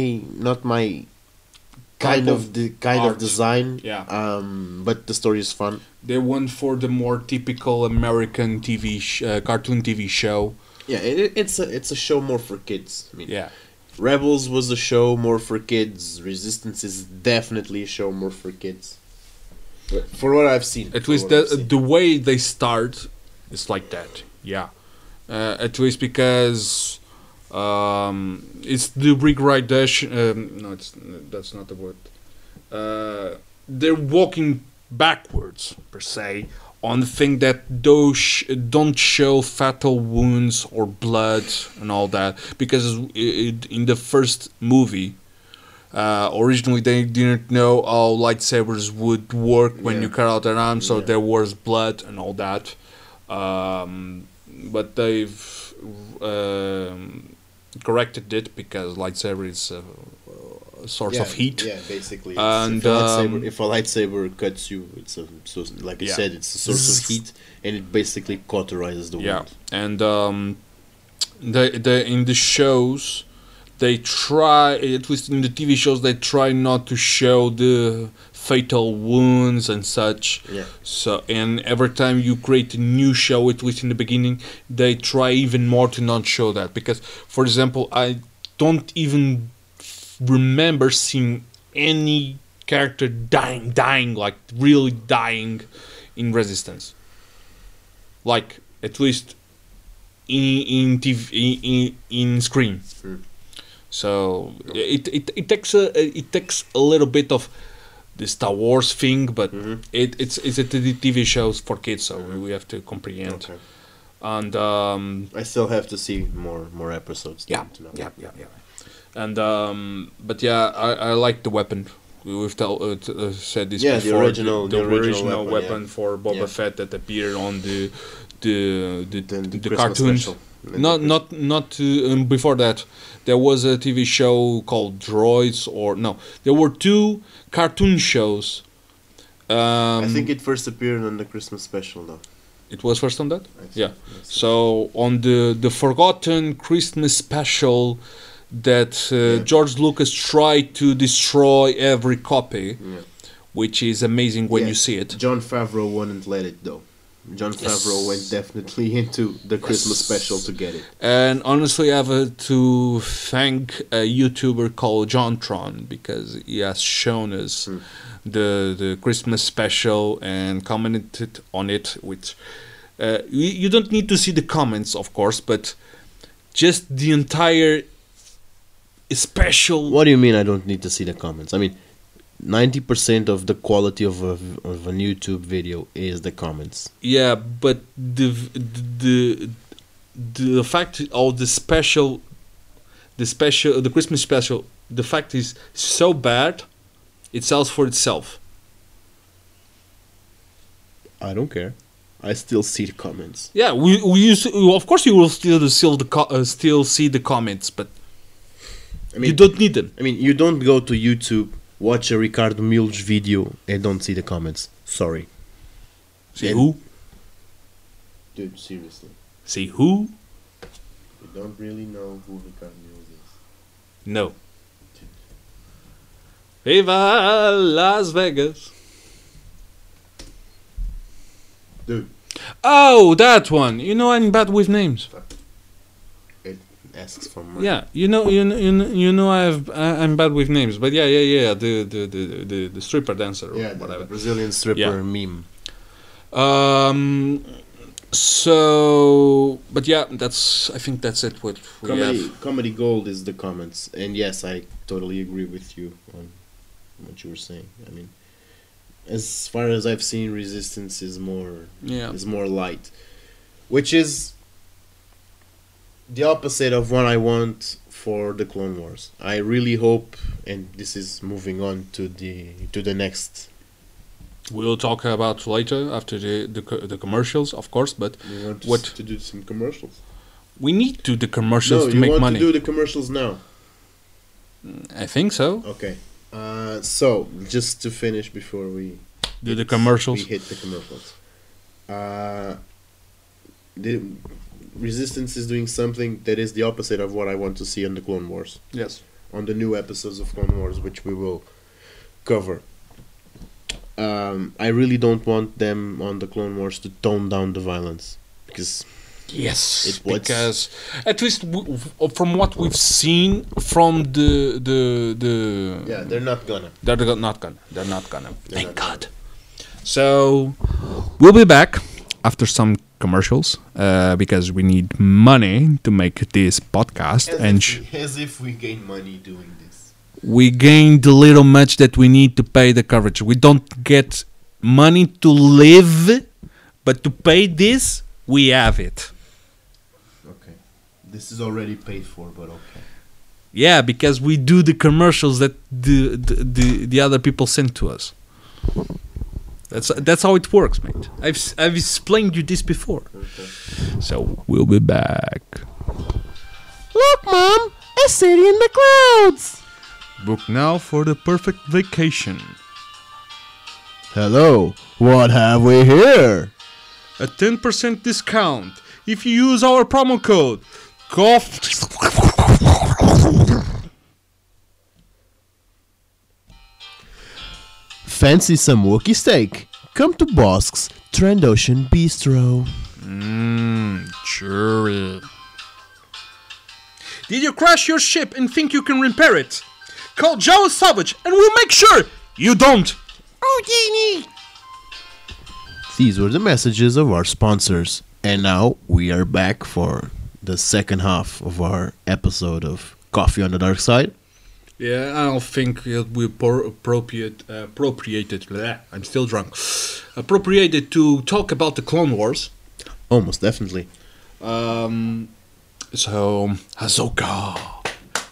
Speaker 2: not my kind
Speaker 1: Type
Speaker 2: of the kind
Speaker 1: art.
Speaker 2: of design.
Speaker 1: Yeah.
Speaker 2: Um, but the story is fun.
Speaker 1: They went for the more typical American TV sh- uh, cartoon TV show.
Speaker 2: Yeah, it, it's a it's a show more for kids. I mean,
Speaker 1: Yeah,
Speaker 2: Rebels was a show more for kids. Resistance is definitely a show more for kids. But For what I've seen,
Speaker 1: at
Speaker 2: for
Speaker 1: least
Speaker 2: what I've
Speaker 1: the
Speaker 2: seen.
Speaker 1: the way they start is like that. Yeah, uh, at least because um, it's the regradation. Um, no, it's that's not the word. Uh, they're walking backwards per se on the thing that those sh- don't show fatal wounds or blood and all that because i it, in the first movie. Uh, originally, they didn't know how lightsabers would work when
Speaker 2: Yeah.
Speaker 1: you cut out their arm, so
Speaker 2: Yeah.
Speaker 1: there was blood and all that. Um, but they've um, corrected it because lightsaber is a, a source of
Speaker 2: Yeah,
Speaker 1: heat.
Speaker 2: Yeah, basically.
Speaker 1: And,
Speaker 2: And if a, lightsaber,
Speaker 1: um,
Speaker 2: if a lightsaber cuts you, it's a so like I
Speaker 1: Yeah.
Speaker 2: said, it's a source of heat, and it basically cauterizes the
Speaker 1: yeah
Speaker 2: wound.
Speaker 1: and um they, they in the shows they try at least in the tv shows they try not to show the fatal wounds and such
Speaker 2: Yeah.
Speaker 1: so and every time you create a new show at least in the beginning they try even more to not show that because for example i don't even remember seeing any character dying dying like really dying in resistance like at least in in TV, in, in screen.
Speaker 2: Mm.
Speaker 1: So it, it it takes a it takes a little bit of the Star Wars thing, but it, it's it's a t- TV shows for kids, so we have to comprehend.
Speaker 2: Okay.
Speaker 1: And um,
Speaker 2: I still have to see more more episodes.
Speaker 1: yeah,
Speaker 2: to know.
Speaker 1: yeah, yeah, yeah. And um, but yeah, I, I like the weapon. We- We've tell, uh, t- uh, said this
Speaker 2: Yeah, the
Speaker 1: before.
Speaker 2: original-
Speaker 1: the,
Speaker 2: the original
Speaker 1: original
Speaker 2: weapon, yeah.
Speaker 1: weapon for Boba
Speaker 2: Yeah.
Speaker 1: Fett that appeared on the the the,
Speaker 2: Then
Speaker 1: the,
Speaker 2: Christmas
Speaker 1: cartoons.
Speaker 2: special. And
Speaker 1: Not
Speaker 2: the
Speaker 1: not not uh, um, before that. There was a TV show called Droids, or no, there were two cartoon shows. Um,
Speaker 2: Christmas- I think it first appeared on the Christmas special, though.
Speaker 1: it was first on that.
Speaker 2: I think.
Speaker 1: Yeah. So on the the forgotten Christmas special that uh,
Speaker 2: Yeah.
Speaker 1: George Lucas tried to destroy every copy,
Speaker 2: Yeah.
Speaker 1: which is amazing when
Speaker 2: Yeah.
Speaker 1: you see it.
Speaker 2: John Favreau wouldn't let it though. John Favreau went definitely into the Christmas special to get it.
Speaker 1: And honestly, I have uh, to thank a YouTuber called JohnTron because he has shown us
Speaker 2: Mm.
Speaker 1: the the Christmas special and commented on it. Which uh, you, you don't need to see the comments, of course, but just the entire special.
Speaker 2: What do you mean I don't need to see the comments? I mean, 90% of the quality of, a, of an YouTube video is the comments.
Speaker 1: Yeah, but the the the fact of the special, the special, the Christmas special. The fact is so bad, it sells for itself.
Speaker 2: I don't care. I still see the comments.
Speaker 1: Yeah, we we used to, of course you will still still the co- uh, still see the comments, but
Speaker 2: I mean,
Speaker 1: you don't need them.
Speaker 2: I mean, you don't go to YouTube, watch a Ricardo Milch video, and don't see the comments. Sorry.
Speaker 1: See
Speaker 2: And-
Speaker 1: who?
Speaker 2: Dude, seriously.
Speaker 1: See who?
Speaker 2: You don't really know who Ricardo Milch is.
Speaker 1: No. Viva Las Vegas.
Speaker 2: Dude.
Speaker 1: Oh, that one. You know I'm bad with names.
Speaker 2: It asks for money.
Speaker 1: Yeah, you know, you know, you know, you know I've I- I'm bad with names, but yeah, yeah, yeah. The the the the, the stripper dancer or
Speaker 2: Yeah, the- the
Speaker 1: whatever.
Speaker 2: Brazilian stripper meme.
Speaker 1: Um. So, but yeah, that's. I think that's it. What we
Speaker 2: Comedy,
Speaker 1: have.
Speaker 2: comedy gold is the comments, and yes, I totally agree with you on what you were saying. I mean, as far as I've seen, resistance is more
Speaker 1: Yeah.
Speaker 2: is more light, which is the opposite of what I want for the Clone Wars. I really hope, and this is moving on to the to the next.
Speaker 1: We'll talk about later after the the, co- the commercials, of course. But
Speaker 2: We want to,
Speaker 1: What?
Speaker 2: s- to do some commercials?
Speaker 1: we need to do the commercials
Speaker 2: No,
Speaker 1: to
Speaker 2: you
Speaker 1: make
Speaker 2: want
Speaker 1: money.
Speaker 2: to do the commercials now.
Speaker 1: I think so.
Speaker 2: Okay. Uh, so just to finish before we
Speaker 1: Do the commercials.
Speaker 2: We hit the commercials. Uh, the Resistance is doing something that is the opposite of what I want to see on the Clone Wars,
Speaker 1: Yes.
Speaker 2: on the new episodes of Clone Wars, which we will cover. Um, I really don't want them on the Clone Wars to tone down the violence because
Speaker 1: Yes,
Speaker 2: It was-
Speaker 1: because at least w- w- from what we've seen from the the the
Speaker 2: yeah, they're not gonna.
Speaker 1: they're go- not gonna they're not gonna thank
Speaker 2: not
Speaker 1: God. So we'll be back after some commercials uh, because we need money to make this podcast and sh-
Speaker 2: as if we gain money doing this.
Speaker 1: we gain the little much that we need to pay the coverage. We don't get money to live, but to pay this we have it.
Speaker 2: Okay, this is already paid for, but okay.
Speaker 1: Yeah, because we do the commercials that the the, the, the other people send to us. That's that's how it works, mate. I've s- I've explained you this before. So we'll be back.
Speaker 3: Look, Mom, a city in the clouds.
Speaker 1: Book now for the perfect vacation.
Speaker 3: Hello, what have we here?
Speaker 1: A 10% discount if you use our promo code COF
Speaker 3: Fancy some Wookie steak? Come to Bosk's Trend Ocean Bistro.
Speaker 1: Jury. Did you crash your ship and think you can repair it? Call Joe Savage and we'll make sure you don't.
Speaker 3: Oh, These were the messages of our sponsors. And now we are back for the second half of our episode of Coffee on the Dark Side.
Speaker 1: Yeah, I don't think it will por- appropriate uh, appropriated. bleh, I'm still drunk. Appropriated to talk about the Clone Wars.
Speaker 2: Almost definitely.
Speaker 1: Um, so Ahsoka.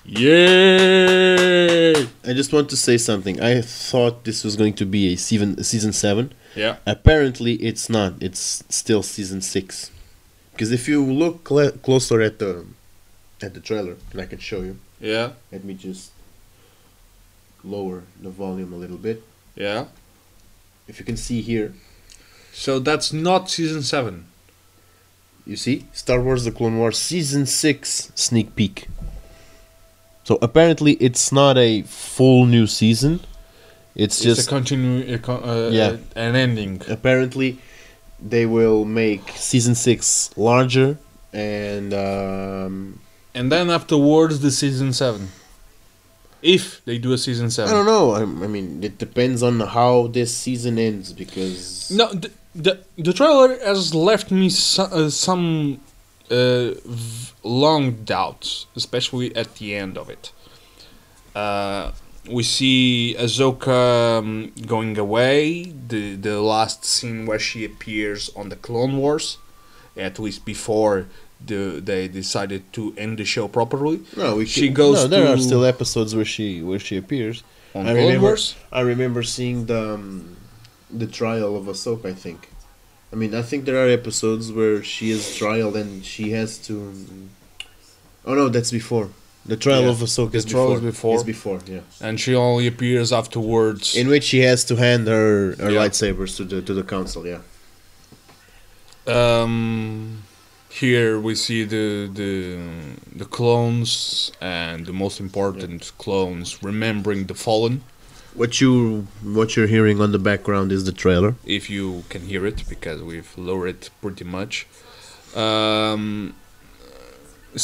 Speaker 1: Yay!
Speaker 2: I just want to say something. I thought this was going to be a season season seven.
Speaker 1: Yeah.
Speaker 2: Apparently, it's not. It's still season six. Because if you look cl- closer at the at the trailer, and I can show you.
Speaker 1: Yeah.
Speaker 2: Let me just lower the volume a little bit.
Speaker 1: Yeah.
Speaker 2: If you can see here,
Speaker 1: So that's not season seven.
Speaker 2: you see Star Wars: The Clone Wars season six sneak peek. So apparently, it's not a full new season. It's
Speaker 1: It's
Speaker 2: just
Speaker 1: a continue. A con- uh,
Speaker 2: Yeah.
Speaker 1: An ending.
Speaker 2: apparently they will make season six larger and um,
Speaker 1: and then afterwards the season seven. If they do a season
Speaker 2: i
Speaker 1: seven,
Speaker 2: don't know I, I mean it depends on how this season ends because
Speaker 1: No, the, the the trailer has left me so, uh, some uh, v- long doubts, especially at the end of it. Uh, we see Ahsoka um, going away. The the last scene where she appears on the Clone Wars, at least before the they decided to end the show properly.
Speaker 2: no we
Speaker 1: she
Speaker 2: can-
Speaker 1: goes.
Speaker 2: no, there
Speaker 1: to
Speaker 2: are still episodes where she where she appears
Speaker 1: on
Speaker 2: I
Speaker 1: Clone
Speaker 2: remember-
Speaker 1: Wars.
Speaker 2: i remember seeing the um, the trial of ahsoka i think i mean i think there are episodes where she is trialed and she has to um, oh no that's before the trial
Speaker 1: Yeah.
Speaker 2: of ahsoka
Speaker 1: The
Speaker 2: is
Speaker 1: trial
Speaker 2: before.
Speaker 1: is before.
Speaker 2: is before yeah
Speaker 1: and she only appears afterwards.
Speaker 2: in which she has to hand her, her
Speaker 1: Yeah.
Speaker 2: lightsabers to the to the council. Yeah,
Speaker 1: um, here we see the the the clones and the most important clones remembering the fallen
Speaker 2: What you what you're hearing on the background is the trailer.
Speaker 1: if you can hear it because we've lowered it pretty much um,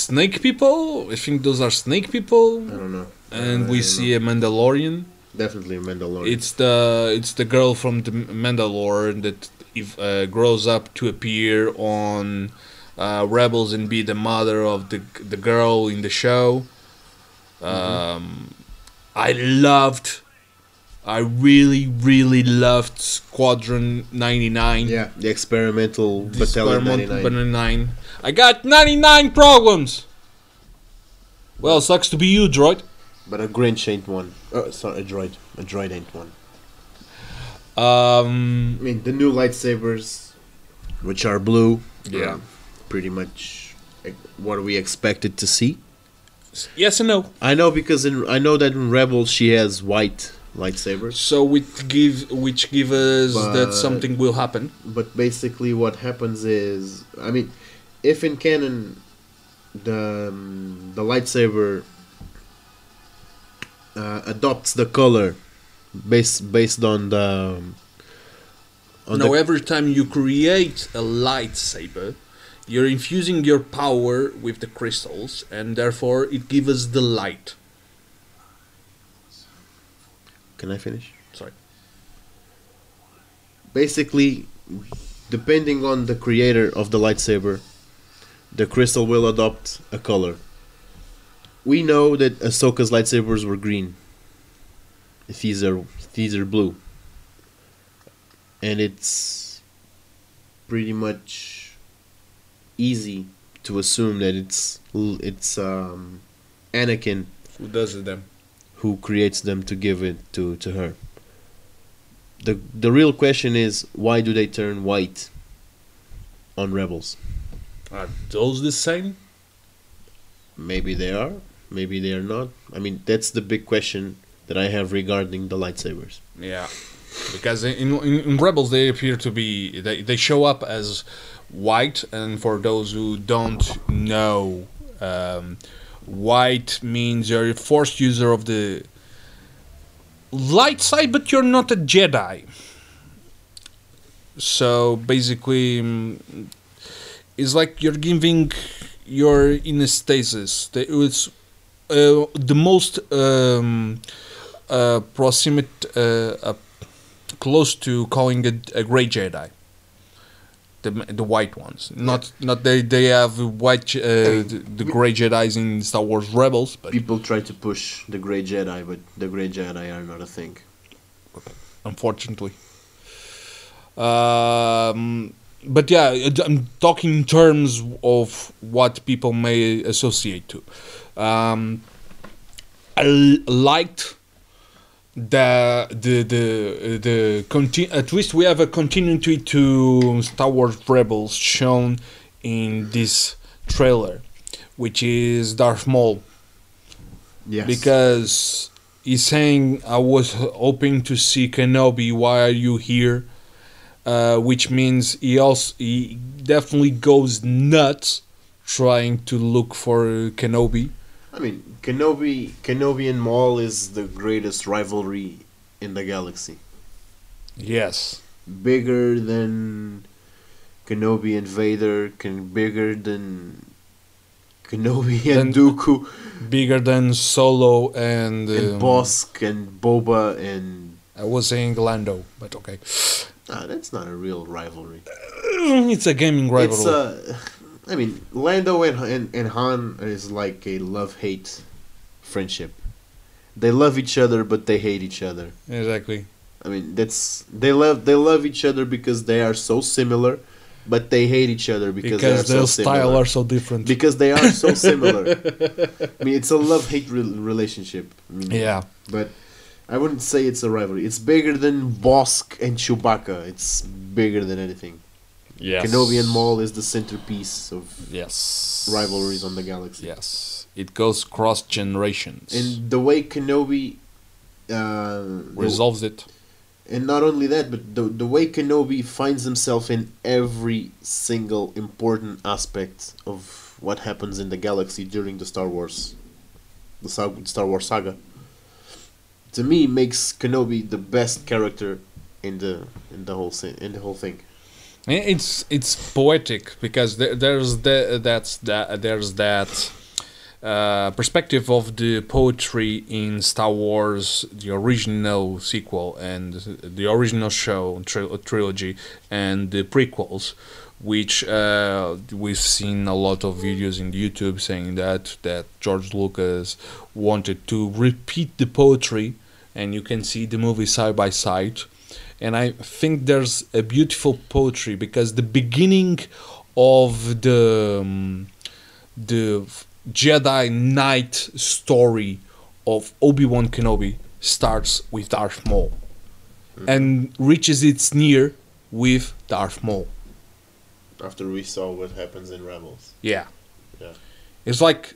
Speaker 1: snake people i think those are snake
Speaker 2: I
Speaker 1: people
Speaker 2: don't know.
Speaker 1: and
Speaker 2: I
Speaker 1: we
Speaker 2: don't
Speaker 1: see a mandalorian
Speaker 2: Definitely Mandalorian.
Speaker 1: it's the it's the girl from the mandalorian that if, uh, grows up to appear on uh, rebels and be the mother of the the girl in the show
Speaker 2: Mm-hmm.
Speaker 1: um, i loved i really really loved squadron 99
Speaker 2: yeah, the experimental
Speaker 1: the
Speaker 2: battalion
Speaker 1: Squadron
Speaker 2: 99.
Speaker 1: 99. i got 99 problems well sucks to be you droid
Speaker 2: But a Grinch ain't one. Oh, sorry, a droid. A droid ain't one.
Speaker 1: um
Speaker 2: I mean, the new lightsabers, which are blue.
Speaker 1: Yeah.
Speaker 2: are Pretty much like, what we expected to see.
Speaker 1: yes and no
Speaker 2: I know because in I know that in Rebels she has white lightsabers.
Speaker 1: So which give which give us that
Speaker 2: But-
Speaker 1: something will happen.
Speaker 2: But basically, what happens is, I mean, if in canon, the um, the lightsaber uh, adopts the color based based on the um, on
Speaker 1: Now
Speaker 2: the
Speaker 1: every time you create a lightsaber, you're infusing your power with the crystals, and therefore it gives us the light.
Speaker 2: Can I finish?
Speaker 1: Sorry.
Speaker 2: Basically, depending on the creator of the lightsaber, the crystal will adopt a color. We know that Ahsoka's lightsabers were green. These are these are blue. And it's pretty much easy to assume that it's l- it's um, Anakin
Speaker 1: Who does it then?
Speaker 2: who creates them to give it to, to her. The the real question is why do they turn white on rebels?
Speaker 1: Are those the same?
Speaker 2: Maybe they are, maybe they are not. I mean that's the big question that I have regarding the lightsabers.
Speaker 1: Yeah, because in, in, in Rebels they appear to be they they show up as white, and for those who don't know, um, white means you're a force user of the light side, but you're not a Jedi. So basically, mm, it's like you're giving your inastasis. It's uh, the most. Um, uh, proximate, uh, uh, close to calling it a gray Jedi. The, the white ones, not not they they have white uh, the, the gray Jedi's in Star Wars Rebels, but
Speaker 2: People try to push the Grey Jedi, but the Grey Jedi are not a thing.
Speaker 1: unfortunately. Um, but yeah, it- I'm talking in terms of what people may associate to. Um, I l- liked the the the the conti- at least we have a continuity to Star Wars Rebels shown in this trailer, which is Darth Maul
Speaker 2: Yes.
Speaker 1: because he's saying I was hoping to see Kenobi. Why are you here? Uh, which means he also he definitely goes nuts trying to look for Kenobi.
Speaker 2: I mean Kenobi Kenobi and Maul is the greatest rivalry in the galaxy.
Speaker 1: Yes.
Speaker 2: bigger than Kenobi and Vader, can bigger than Kenobi
Speaker 1: Than-
Speaker 2: and Dooku
Speaker 1: Bigger than Solo and, um,
Speaker 2: and Bosk and Boba and
Speaker 1: I was saying Lando, but okay.
Speaker 2: ah, that's not a real rivalry.
Speaker 1: It's a gaming rivalry.
Speaker 2: It's uh, I mean Lando and and, and Han is like a love hate friendship. They love each other, but they hate each other.
Speaker 1: exactly.
Speaker 2: I mean, that's they love they love each other because they are so similar, but they hate each other because,
Speaker 1: Because
Speaker 2: they are
Speaker 1: their
Speaker 2: so
Speaker 1: style
Speaker 2: similar.
Speaker 1: are so different.
Speaker 2: because they are so similar. I mean, it's a love hate re- relationship. I mean,
Speaker 1: yeah.
Speaker 2: but I wouldn't say it's a rivalry. It's bigger than Bosk and Chewbacca. It's bigger than anything.
Speaker 1: Yes.
Speaker 2: Kenobi and Maul is the centerpiece of
Speaker 1: Yes.
Speaker 2: rivalries on the galaxy.
Speaker 1: Yes. It goes cross generations.
Speaker 2: And the way Kenobi. Uh, the-
Speaker 1: resolves it.
Speaker 2: and not only that, but the, the way Kenobi finds himself in every single important aspect of what happens in the galaxy during the Star Wars, the sag- Star Wars saga. To me, makes Kenobi the best character in the in the whole se- in the whole thing.
Speaker 1: It's it's poetic because there, there's the, that's that there's that uh, perspective of the poetry in Star Wars, the original sequel and the original show tri- trilogy and the prequels, which uh, we've seen a lot of videos in YouTube saying that that George Lucas wanted to repeat the poetry, and you can see the movie side by side, and I think there's a beautiful poetry because the beginning of the um, the Jedi Knight story of Obi Wan Kenobi starts with Darth Maul, and reaches its near with Darth Maul.
Speaker 2: After we saw what happens in Rebels,
Speaker 1: Yeah.
Speaker 2: Yeah.
Speaker 1: It's like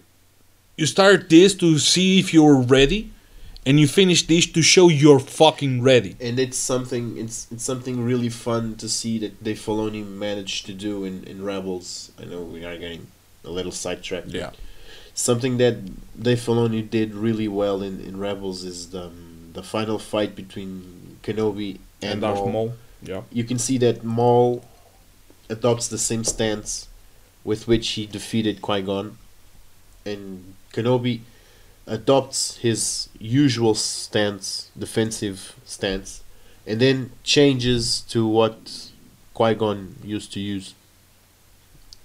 Speaker 1: you start this to see if you're ready, and you finish this to show you're fucking ready.
Speaker 2: and it's something it's it's something really fun to see that Dave Filoni managed to do in in Rebels. I know we are getting a little sidetracked. but something that Dave Filoni did really well in, in Rebels is the um, the final fight between Kenobi and,
Speaker 1: And Darth
Speaker 2: Maul.
Speaker 1: Maul. Yeah.
Speaker 2: You can see that Maul adopts the same stance with which he defeated Qui Gon, and Kenobi adopts his usual stance, defensive stance, and then changes to what Qui Gon used to use.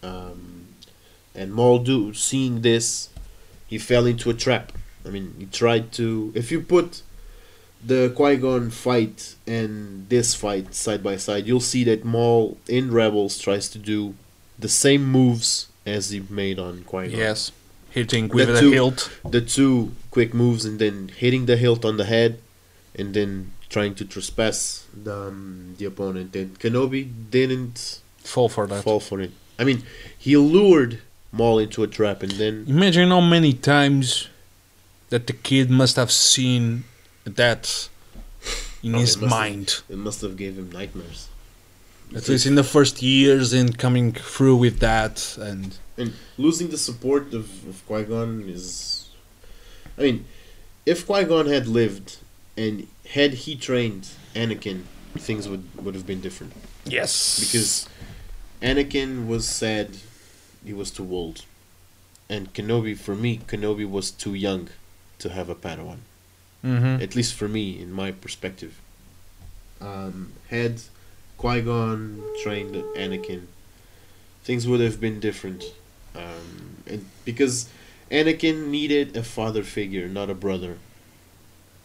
Speaker 2: Um, and Maul, do seeing this, he fell into a trap. I mean, he tried to. If you put the Qui Gon fight and this fight side by side, you'll see that Maul in Rebels tries to do the same moves as he made on Qui Gon
Speaker 1: Yes. Hitting with
Speaker 2: The
Speaker 1: the
Speaker 2: two-
Speaker 1: hilt.
Speaker 2: the two quick moves and then hitting the hilt on the head and then trying to trespass the, um, the opponent and kenobi didn't
Speaker 1: Fall for that.
Speaker 2: fall for it i mean he lured maul into a trap and then
Speaker 1: Imagine how many times that the kid must have seen that in
Speaker 2: Oh,
Speaker 1: his
Speaker 2: it must have-
Speaker 1: mind.
Speaker 2: it must have gave him nightmares
Speaker 1: At least in the first years and coming through with that and
Speaker 2: and losing the support of, of qui-gon is i mean if qui-gon had lived and had he trained anakin things would would have been different
Speaker 1: Yes.
Speaker 2: because Anakin was sad he was too old, and Kenobi for me Kenobi was too young to have a Padawan.
Speaker 1: Mhm.
Speaker 2: At least for me, in my perspective. Um, had Qui Gon trained Anakin, things would have been different, um, and because Anakin needed a father figure, not a brother.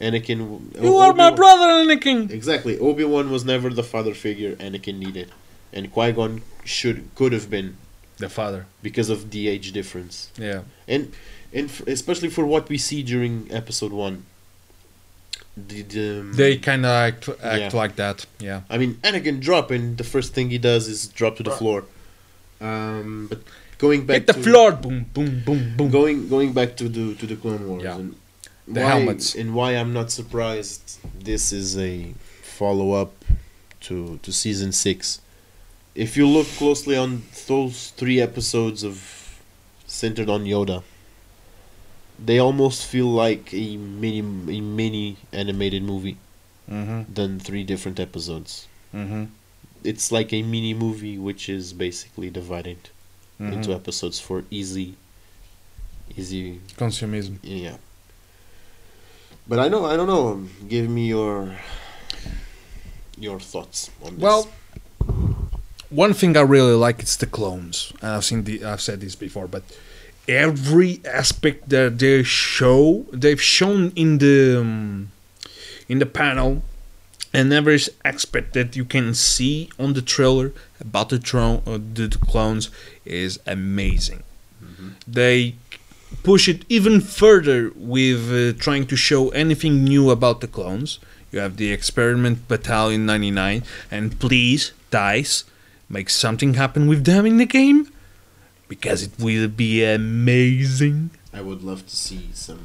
Speaker 2: Anakin, w-
Speaker 1: You are my
Speaker 2: Obi-Wan-
Speaker 1: brother, Anakin!
Speaker 2: Exactly. Obi Wan was never the father figure Anakin needed, and Qui Gon should could have been
Speaker 1: The father.
Speaker 2: because of the age difference,
Speaker 1: Yeah.
Speaker 2: and and f- especially for what we see during Episode One. The, the,
Speaker 1: They kind of act, act
Speaker 2: Yeah.
Speaker 1: like that. Yeah.
Speaker 2: I mean, Anakin drop, and the first thing he does is drop to the floor. Um, but going back
Speaker 1: Hit the
Speaker 2: to,
Speaker 1: floor, boom, boom, boom, boom.
Speaker 2: going going back to the to the Clone Wars
Speaker 1: Yeah.
Speaker 2: and
Speaker 1: The
Speaker 2: why,
Speaker 1: helmets.
Speaker 2: and why I'm not surprised this is a follow up to to season six. If you look closely on those three episodes of centered on Yoda, they almost feel like a mini a mini animated movie
Speaker 1: Mm-hmm,
Speaker 2: than three different episodes.
Speaker 1: mm-hmm,
Speaker 2: It's like a mini movie which is basically divided into
Speaker 1: mm-hmm.
Speaker 2: episodes for easy easy
Speaker 1: Consumism.
Speaker 2: yeah. But I know I don't know. Give me your your thoughts on this.
Speaker 1: Well, one thing I really like is the clones. And I've seen the, I've said this before, but every aspect that they show, they've shown in the um, in the panel, and every aspect that you can see on the trailer about the throne, uh, the, the clones is amazing. They push it even further with uh, trying to show anything new about the clones. You have the experiment battalion 99, and please, Dice, make something happen with them in the game because it will be amazing.
Speaker 2: I would love to see some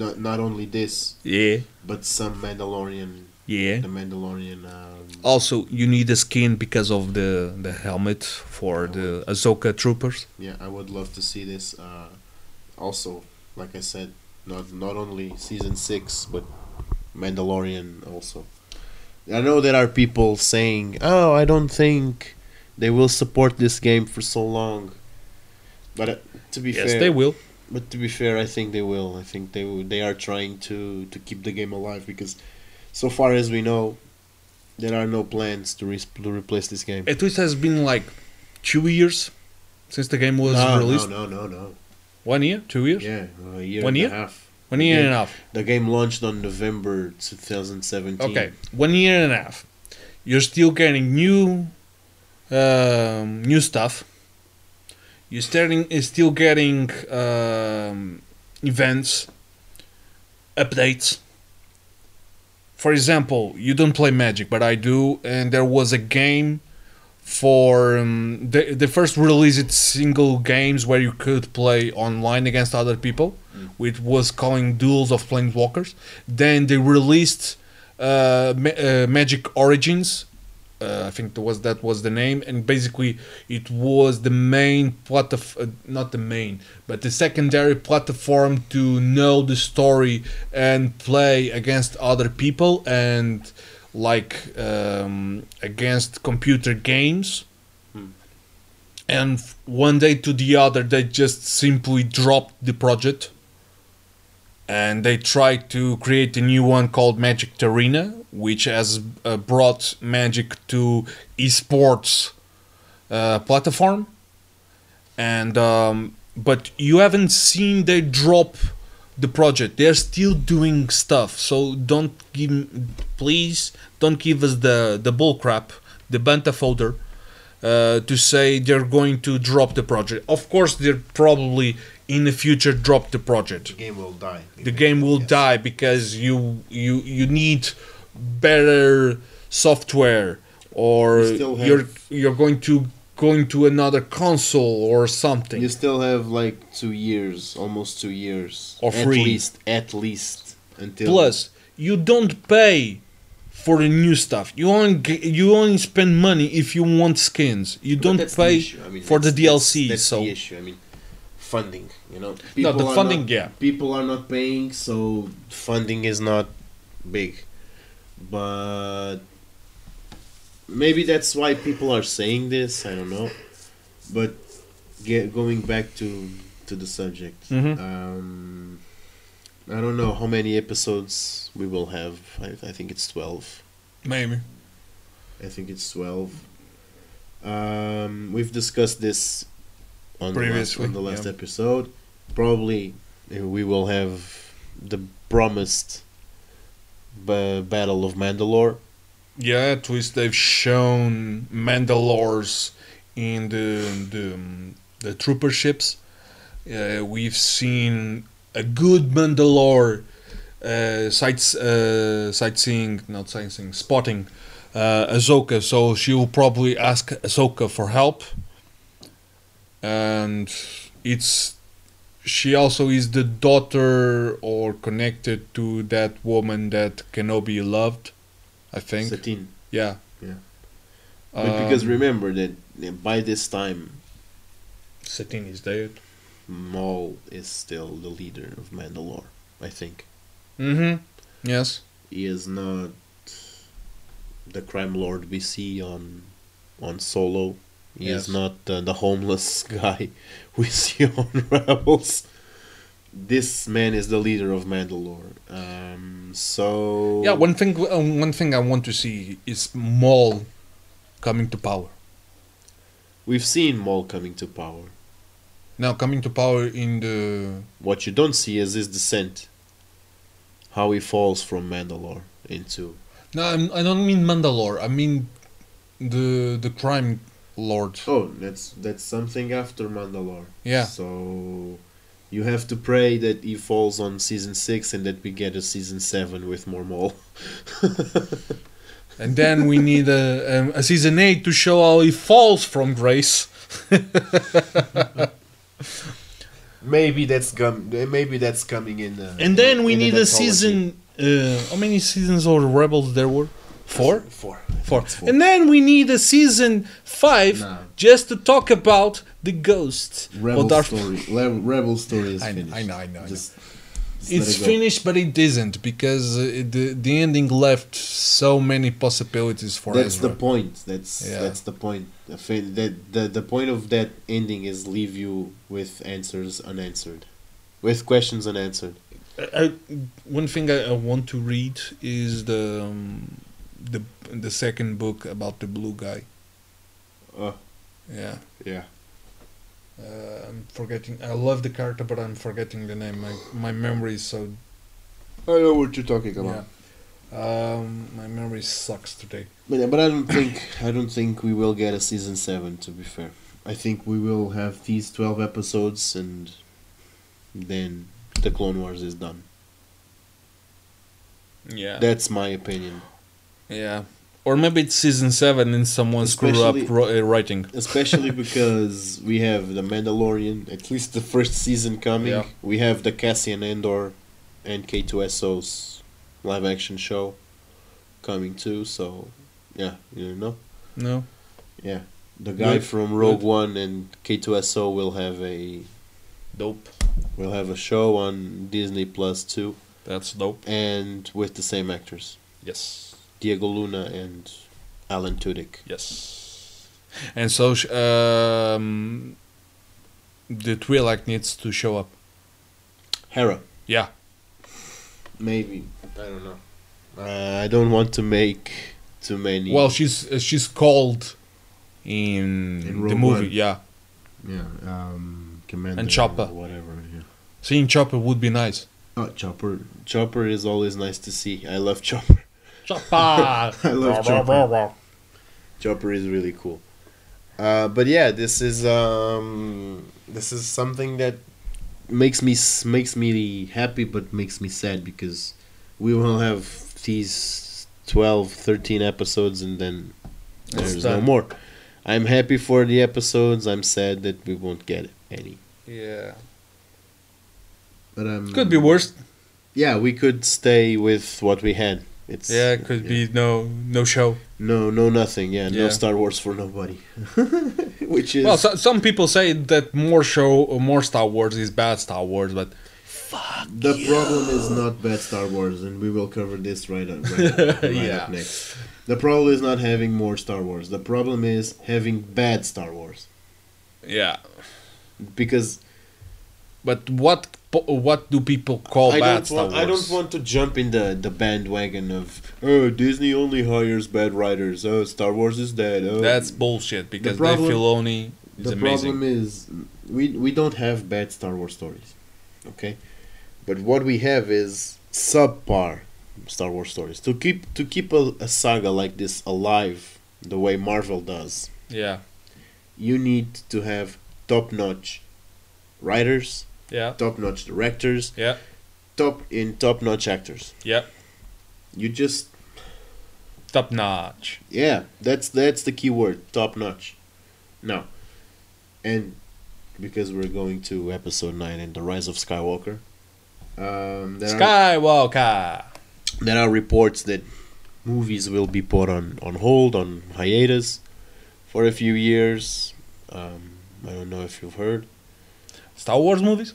Speaker 2: not not only this,
Speaker 1: Yeah,
Speaker 2: but some Mandalorian
Speaker 1: Yeah.
Speaker 2: The Mandalorian. Um,
Speaker 1: Also, you need a skin because of the the helmet for the Ahsoka troopers.
Speaker 2: yeah, I would love to see this. Uh, also, like I said, not not only season six, but Mandalorian also. I know there are people saying, "Oh, I don't think they will support this game for so long," but uh, to be
Speaker 1: Yes,
Speaker 2: fair,
Speaker 1: they will.
Speaker 2: But to be fair, I think they will. I think they will, they are trying to to keep the game alive because, so far as we know, there are no plans to, re- to replace this game.
Speaker 1: At least has been like two years since the game was
Speaker 2: no,
Speaker 1: released.
Speaker 2: no, no, no, no.
Speaker 1: One year, two years,
Speaker 2: Yeah, a year
Speaker 1: One
Speaker 2: and
Speaker 1: year?
Speaker 2: a half.
Speaker 1: one year
Speaker 2: Yeah.
Speaker 1: and a half.
Speaker 2: The game launched on November 2017.
Speaker 1: Okay, one year and a half. You're still getting new, um, new stuff. You're starting, is still getting um, events, updates. For example, you don't play Magic, but I do, and there was a game for um, the the first released single games where you could play online against other people, which was calling Duels of Planeswalkers. Then they released uh, Ma- uh, Magic Origins. Uh, I think that was that was the name, and basically it was the main platform, uh, not the main, but the secondary platform to know the story and play against other people and like um, against computer games. And f- one day to the other, they just simply dropped the project and they tried to create a new one called Magic Arena, which has uh, brought Magic to esports uh, platform. And um, but you haven't seen they drop the project. They're still doing stuff. So don't give, please don't give us the the bull crap, the banta folder. Uh, to say they're going to drop the project. Of course, they're probably in the future drop the project
Speaker 2: The game will die.
Speaker 1: the game will
Speaker 2: Yes.
Speaker 1: die because you you you need better software or
Speaker 2: You still have-
Speaker 1: you're you're going to going to another console or something
Speaker 2: You still have like two years, almost two years.
Speaker 1: Or
Speaker 2: at
Speaker 1: free.
Speaker 2: least, at least until
Speaker 1: plus you don't pay for the new stuff you only g- you only spend money if you want skins you
Speaker 2: But
Speaker 1: don't
Speaker 2: that's the
Speaker 1: pay
Speaker 2: issue. I mean,
Speaker 1: for the
Speaker 2: that's-
Speaker 1: dlc
Speaker 2: That's, that's
Speaker 1: so
Speaker 2: the issue. I mean, funding. You know,
Speaker 1: no the
Speaker 2: are
Speaker 1: funding
Speaker 2: not-
Speaker 1: yeah
Speaker 2: people are not paying, so funding is not big. But maybe that's why people are saying this. I don't know. But get, going back to to the subject,
Speaker 1: Mhm.
Speaker 2: um, I don't know how many episodes we will have. I, I think it's twelve.
Speaker 1: maybe
Speaker 2: I think it's twelve. Um, we've discussed this on the last,
Speaker 1: Previously,
Speaker 2: on the last
Speaker 1: yeah.
Speaker 2: episode. Probably uh, we will have the promised ba- battle of Mandalore.
Speaker 1: yeah at least they've shown mandalores in the the, the trooper ships uh, we've seen a good mandalore uh, sights, uh, sightseeing not sightseeing spotting uh, Ahsoka so she will probably ask Ahsoka for help and it's she also is the daughter or connected to that woman that Kenobi loved I think
Speaker 2: Satine.
Speaker 1: yeah.
Speaker 2: Yeah. But because
Speaker 1: Um,
Speaker 2: remember that uh, by this time,
Speaker 1: Satine is dead.
Speaker 2: Maul is still the leader of Mandalore. I think
Speaker 1: Mm-hmm. Yes.
Speaker 2: he is not the crime lord we see on on Solo. He
Speaker 1: Yes.
Speaker 2: is not uh, the homeless guy we see on Rebels. This man is the leader of Mandalore. Um, so
Speaker 1: Yeah. One thing. Um, one thing I want to see is Maul coming to power.
Speaker 2: we've seen Maul coming to power.
Speaker 1: Now coming to power in the
Speaker 2: What you don't see is his descent, how he falls from Mandalore into
Speaker 1: no, I'm, I don't mean Mandalore. I mean the the crime lord.
Speaker 2: Oh, that's that's something after Mandalore.
Speaker 1: Yeah.
Speaker 2: So you have to pray that he falls on season six and that we get a season seven with more mole.
Speaker 1: And then we need a, um, a season eight to show how he falls from grace.
Speaker 2: maybe that's com- maybe that's coming in. Uh,
Speaker 1: And then we need a season
Speaker 5: Uh, how many seasons of Rebels there were? Four?
Speaker 1: Four.
Speaker 5: Four. And then we need a season five just to talk about the ghost. of
Speaker 2: Rebel
Speaker 5: Darth-
Speaker 2: story. Le- Rebel story is
Speaker 1: I know,
Speaker 2: finished.
Speaker 1: I know, I know, I know.
Speaker 2: Just, just let
Speaker 1: It's
Speaker 2: it go.
Speaker 1: finished, but it isn't because uh, it- the the ending left so many possibilities for
Speaker 2: That's
Speaker 1: Ezra.
Speaker 2: the point. That's
Speaker 1: Yeah.
Speaker 2: that's the point. The, fin- that the the point of that ending is leave you with answers unanswered, with questions unanswered.
Speaker 5: I, one thing I, I want to read is the um,
Speaker 1: the the second book about the blue guy.
Speaker 2: Oh.
Speaker 1: Yeah.
Speaker 2: Yeah.
Speaker 1: Uh, I'm forgetting. I love the character, but I'm forgetting the name. My my memory is so.
Speaker 2: I know what you're talking about.
Speaker 1: Yeah. Um, my memory sucks today.
Speaker 2: But, yeah, but I don't think I don't think we will get a season seven. To be fair, I think we will have these twelve episodes, and then the Clone Wars is done.
Speaker 1: Yeah.
Speaker 2: That's my opinion.
Speaker 1: yeah. Or maybe it's season seven and someone screwed up
Speaker 2: Especially-
Speaker 1: ro- uh, writing.
Speaker 2: Especially because we have the Mandalorian, at least the first season coming.
Speaker 1: Yeah.
Speaker 2: We have the Cassian Andor and K2SO's live action show coming too. So, yeah, you know,
Speaker 1: No.
Speaker 2: the guy
Speaker 1: Good,
Speaker 2: from Rogue
Speaker 1: good.
Speaker 2: One and K2SO will have a
Speaker 1: Dope.
Speaker 2: will have a show on Disney Plus too,
Speaker 1: That's dope.
Speaker 2: and with the same actors,
Speaker 1: Yes.
Speaker 2: Diego Luna and Alan Tudyk.
Speaker 1: Yes. And so sh- um, the Twi'lek needs to show up.
Speaker 2: Hera,
Speaker 1: Yeah.
Speaker 2: maybe I don't know. Uh, I don't want to make too many.
Speaker 1: Well, she's uh, she's called in,
Speaker 2: In
Speaker 1: the
Speaker 2: Rogue
Speaker 1: movie.
Speaker 2: One.
Speaker 1: Yeah.
Speaker 2: Yeah, um, Commander
Speaker 1: And Chopper.
Speaker 2: or whatever. Yeah.
Speaker 1: Seeing Chopper would be nice.
Speaker 2: Oh, Chopper. Chopper is always nice to see. I love Chopper.
Speaker 5: Chopper.
Speaker 2: I love Chopper. Chopper is really cool. Uh, but yeah, this is um, this is something that makes me s- makes me happy, but makes me sad because we will have these 12, 13 episodes, and then there's no
Speaker 1: done.
Speaker 2: more. I'm happy for the episodes. I'm sad that we won't get any.
Speaker 1: Yeah.
Speaker 2: But um,
Speaker 1: Could be worse.
Speaker 2: Yeah, we could stay with what we had. It's
Speaker 1: Yeah, it could be no no show.
Speaker 2: no, no, nothing. Yeah, no
Speaker 1: Yeah.
Speaker 2: Star Wars for nobody. Which is
Speaker 1: Well, so, some people say that more show, or more Star Wars is bad Star Wars, but
Speaker 2: the problem is not bad Star Wars, and we will cover this right up, right, up- right
Speaker 1: Yeah.
Speaker 2: up next. The problem is not having more Star Wars. The problem is having bad Star Wars
Speaker 1: yeah.
Speaker 2: because
Speaker 1: But what po- what do people call
Speaker 2: I
Speaker 1: bad
Speaker 2: don't
Speaker 1: Star
Speaker 2: want
Speaker 1: Wars?
Speaker 2: I don't want to jump in the, the bandwagon of oh Disney only hires bad writers. Oh, Star Wars is dead. Oh,
Speaker 1: That's bullshit because the
Speaker 2: problem-
Speaker 1: Dave Filoni is
Speaker 2: the
Speaker 1: amazing.
Speaker 2: problem is we we don't have bad Star Wars stories, okay? But what we have is subpar Star Wars stories. To keep to keep a, a saga like this alive the way Marvel does,
Speaker 1: yeah,
Speaker 2: you need to have top-notch writers,
Speaker 1: yeah,
Speaker 2: top-notch directors,
Speaker 1: yeah,
Speaker 2: top in top-notch actors.
Speaker 1: yeah.
Speaker 2: You just
Speaker 1: Top notch.
Speaker 2: Yeah, that's that's the key word, top notch. Now, and because we're going to episode nine and the rise of Skywalker, um, there are,
Speaker 1: Skywalker.
Speaker 2: there are reports that movies will be put on on hold, on hiatus, for a few years. Um, I don't know if you've heard.
Speaker 1: Star Wars movies.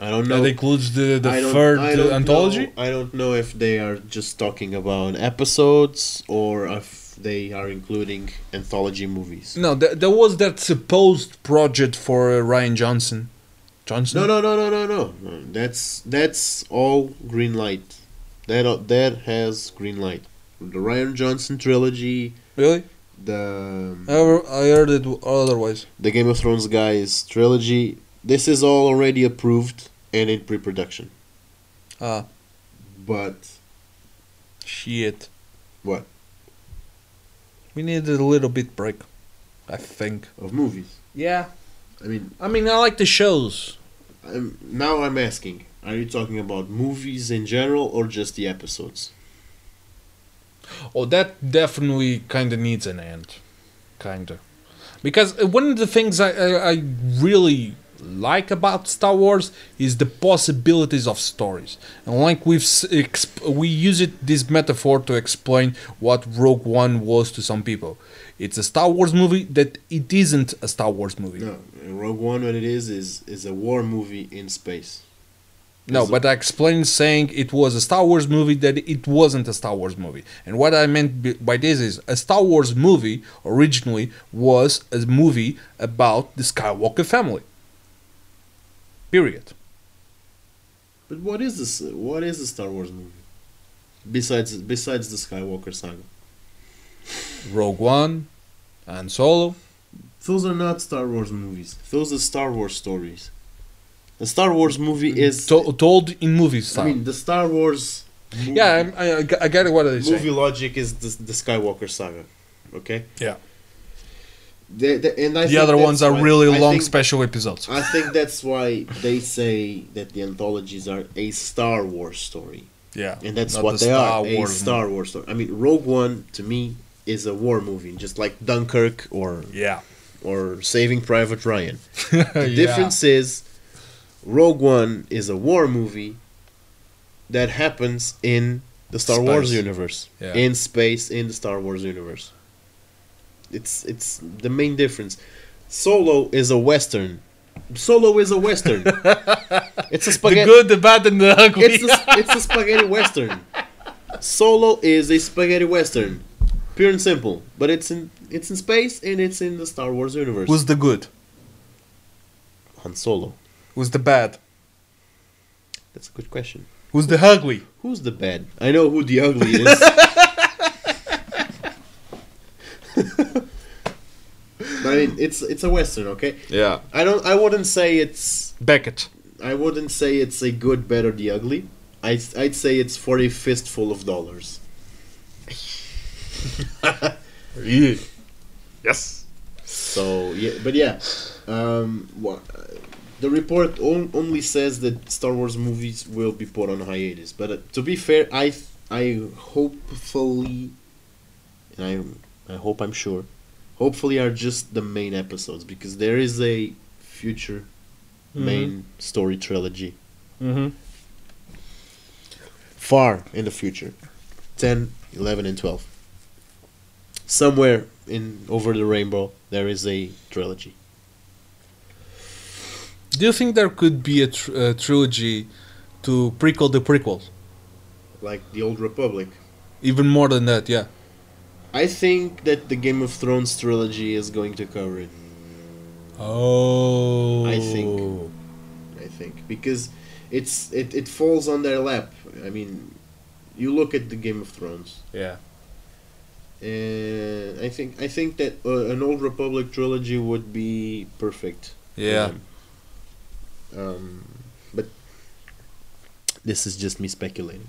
Speaker 2: I don't know.
Speaker 1: That includes the the
Speaker 2: I don't-
Speaker 1: third
Speaker 2: I don't
Speaker 1: uh, anthology.
Speaker 2: know- I don't know if they are just talking about episodes or if they are including anthology movies.
Speaker 1: No, there, there was that supposed project for uh, Ryan Johnson. Johnson.
Speaker 2: No, no, no, no, no, no. no. That's that's all green light. That uh, that has green light. The Ryan Johnson trilogy,
Speaker 1: Really? I,
Speaker 2: the
Speaker 1: heard- I heard it otherwise.
Speaker 2: the Game of Thrones guys trilogy. This is all already approved and in pre-production.
Speaker 1: Ah.
Speaker 2: But
Speaker 1: Shit.
Speaker 2: What?
Speaker 1: We need a little bit break. I think.
Speaker 2: of movies,
Speaker 1: Yeah.
Speaker 2: I mean,
Speaker 1: I mean, I like the shows.
Speaker 2: I'm, now I'm asking: Are you talking about movies in general or just the episodes?
Speaker 1: Oh, that definitely kind of needs an end. Kind of. Because uh, one of the things I, I, I really like about Star Wars is the possibilities of stories. And like we've s- exp- we use it this metaphor to explain what Rogue One was to some people. It's a Star Wars movie that it isn't a Star Wars movie. No,
Speaker 2: No, in Rogue One, what it is is is a war movie in space.
Speaker 1: but I explained saying it was a Star Wars movie that it wasn't a Star Wars movie. And what I meant b- by this is a Star Wars movie originally was a movie about the Skywalker family. Period.
Speaker 2: But what is this? What is a Star Wars movie? Besides besides the Skywalker saga,
Speaker 1: Rogue One, and Solo.
Speaker 2: those are not Star Wars movies. Those are Star Wars stories. The Star Wars movie is.
Speaker 1: To- told in movie style.
Speaker 2: I mean, the Star Wars. Movie,
Speaker 1: yeah, I'm- I, I, I get what they
Speaker 2: movie
Speaker 1: say.
Speaker 2: logic is the, the Skywalker saga. Okay.
Speaker 1: Yeah.
Speaker 2: The, the, and I
Speaker 1: The
Speaker 2: think
Speaker 1: other
Speaker 2: that's
Speaker 1: ones are
Speaker 2: why-
Speaker 1: really
Speaker 2: I
Speaker 1: long
Speaker 2: think-
Speaker 1: special episodes.
Speaker 2: I think that's why they say that the anthologies are a Star Wars story.
Speaker 1: yeah,
Speaker 2: And that's
Speaker 1: not
Speaker 2: what
Speaker 1: the
Speaker 2: they
Speaker 1: Star
Speaker 2: are. a
Speaker 1: Wars
Speaker 2: Star Wars story. I mean, Rogue One to me is a war movie, just like Dunkirk or
Speaker 1: movie. Yeah,
Speaker 2: or Saving Private Ryan. The
Speaker 1: Yeah.
Speaker 2: difference is Rogue One is a war movie that happens in the Star Wars
Speaker 1: Space.
Speaker 2: universe,
Speaker 1: Yeah.
Speaker 2: in space, in the Star Wars universe. It's it's the main difference. Solo is a western. Solo is a western. it's a
Speaker 1: the
Speaker 2: spaghetti
Speaker 1: good, the bad, and the ugly.
Speaker 2: it's a, it's a spaghetti western. Solo is a spaghetti western, pure and simple. But it's in it's in space and it's in the Star Wars universe.
Speaker 1: Who's the good?
Speaker 2: Han Solo?
Speaker 1: Who's the bad?
Speaker 2: That's a good question.
Speaker 1: Who's the ugly?
Speaker 2: Who's the bad? I know who the ugly is. but I mean, it's it's a western, okay?
Speaker 5: Yeah.
Speaker 2: I don't. I wouldn't say it's.
Speaker 1: Beckett.
Speaker 2: I wouldn't say it's a good, bad, or the ugly. I'd, I'd say it's for a fistful of dollars.
Speaker 5: Yes.
Speaker 2: So yeah, but yeah, um, wha- the report on, only says that Star Wars movies will be put on hiatus. But uh, to be fair, I th- I hopefully, and I I hope I'm sure, hopefully are just the main episodes because there is a future main story trilogy
Speaker 1: Mm-hmm.
Speaker 2: far in the future 10 11 and 12 somewhere in over the rainbow there is a trilogy
Speaker 1: Do you think there could be a tr- uh, trilogy to prequel the prequel?
Speaker 2: like the old republic
Speaker 1: Even more than that, yeah.
Speaker 2: I think that the Game of Thrones trilogy is going to cover it.
Speaker 1: Oh,
Speaker 2: I think. I think because it's it, it falls on their lap. I mean, you look at the Game of Thrones,
Speaker 1: Yeah,
Speaker 2: and I think I think that uh, an Old Republic trilogy would be perfect. for
Speaker 1: yeah.
Speaker 2: them. Um, but this is just me speculating.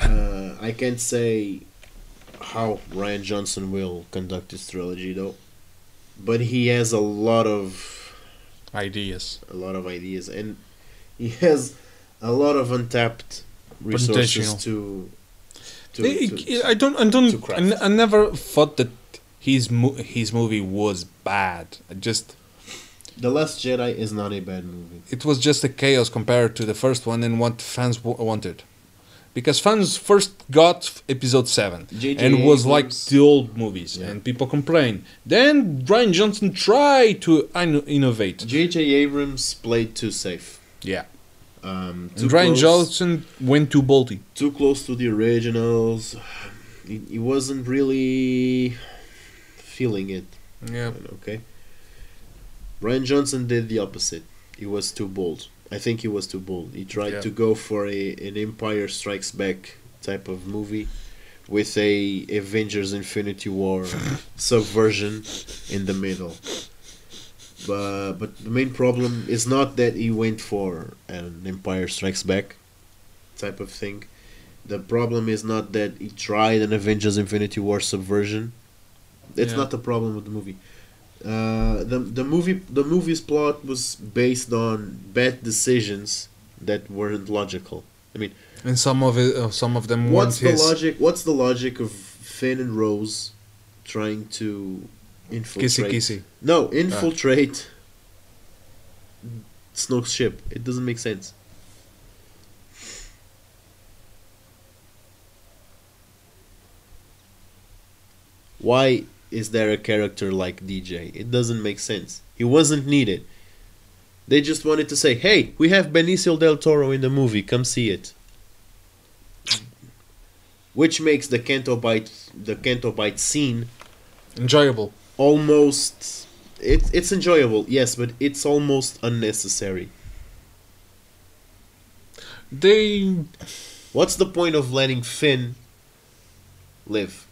Speaker 2: Uh, I can't say how Ryan Johnson will conduct his trilogy though, but he has a lot of
Speaker 1: Ideas.
Speaker 2: a lot of ideas and he has a lot of untapped resources
Speaker 1: Potential.
Speaker 2: to. To,
Speaker 1: They-
Speaker 2: to-
Speaker 1: I don't. I don't.
Speaker 2: to
Speaker 1: I,
Speaker 2: craft.
Speaker 1: n- I never thought that his mo- his movie was bad. I just
Speaker 2: the Last Jedi is not a bad movie.
Speaker 1: it was just a chaos compared to the first one and what fans w- wanted, because fans first got episode seven
Speaker 2: J.J.
Speaker 1: and was like
Speaker 2: Abrams.
Speaker 1: the old movies, and people complained. Then Brian Johnson tried to in- innovate.
Speaker 2: J.J. Abrams played too safe.
Speaker 1: Yeah,
Speaker 2: Um, too
Speaker 1: and Brian
Speaker 2: close-
Speaker 1: Johnson went too boldy.
Speaker 2: too close to the originals. He, he wasn't really feeling it.
Speaker 1: Yeah,
Speaker 2: Okay. Ryan Johnson did the opposite. He was too bold. I think he was too bold. He tried
Speaker 1: Yeah.
Speaker 2: to go for a an Empire Strikes Back type of movie with a Avengers Infinity War subversion in the middle. But but the main problem is not that he went for an Empire Strikes Back type of thing. The problem is not that he tried an Avengers Infinity War subversion. It's
Speaker 1: Yeah.
Speaker 2: not the problem with the movie. Uh, the the movie the movie's plot was based on bad decisions that weren't logical. I mean,
Speaker 1: and some of it, uh, some of them
Speaker 2: what's
Speaker 1: weren't
Speaker 2: the
Speaker 1: his.
Speaker 2: logic? What's the logic of Finn and Rose trying to
Speaker 6: Kissy
Speaker 2: Infiltrate.
Speaker 6: kissy.
Speaker 2: No, infiltrate. Snoke's ship. It doesn't make sense. Why is there a character like DJ? It doesn't make sense. He wasn't needed. They just wanted to say, "Hey, we have Benicio del Toro in the movie. Come see it." Which makes the Canto Bite the Canto Bite scene
Speaker 1: Enjoyable.
Speaker 2: almost it, it's enjoyable yes but it's almost unnecessary
Speaker 1: They
Speaker 2: what's the point of letting finn live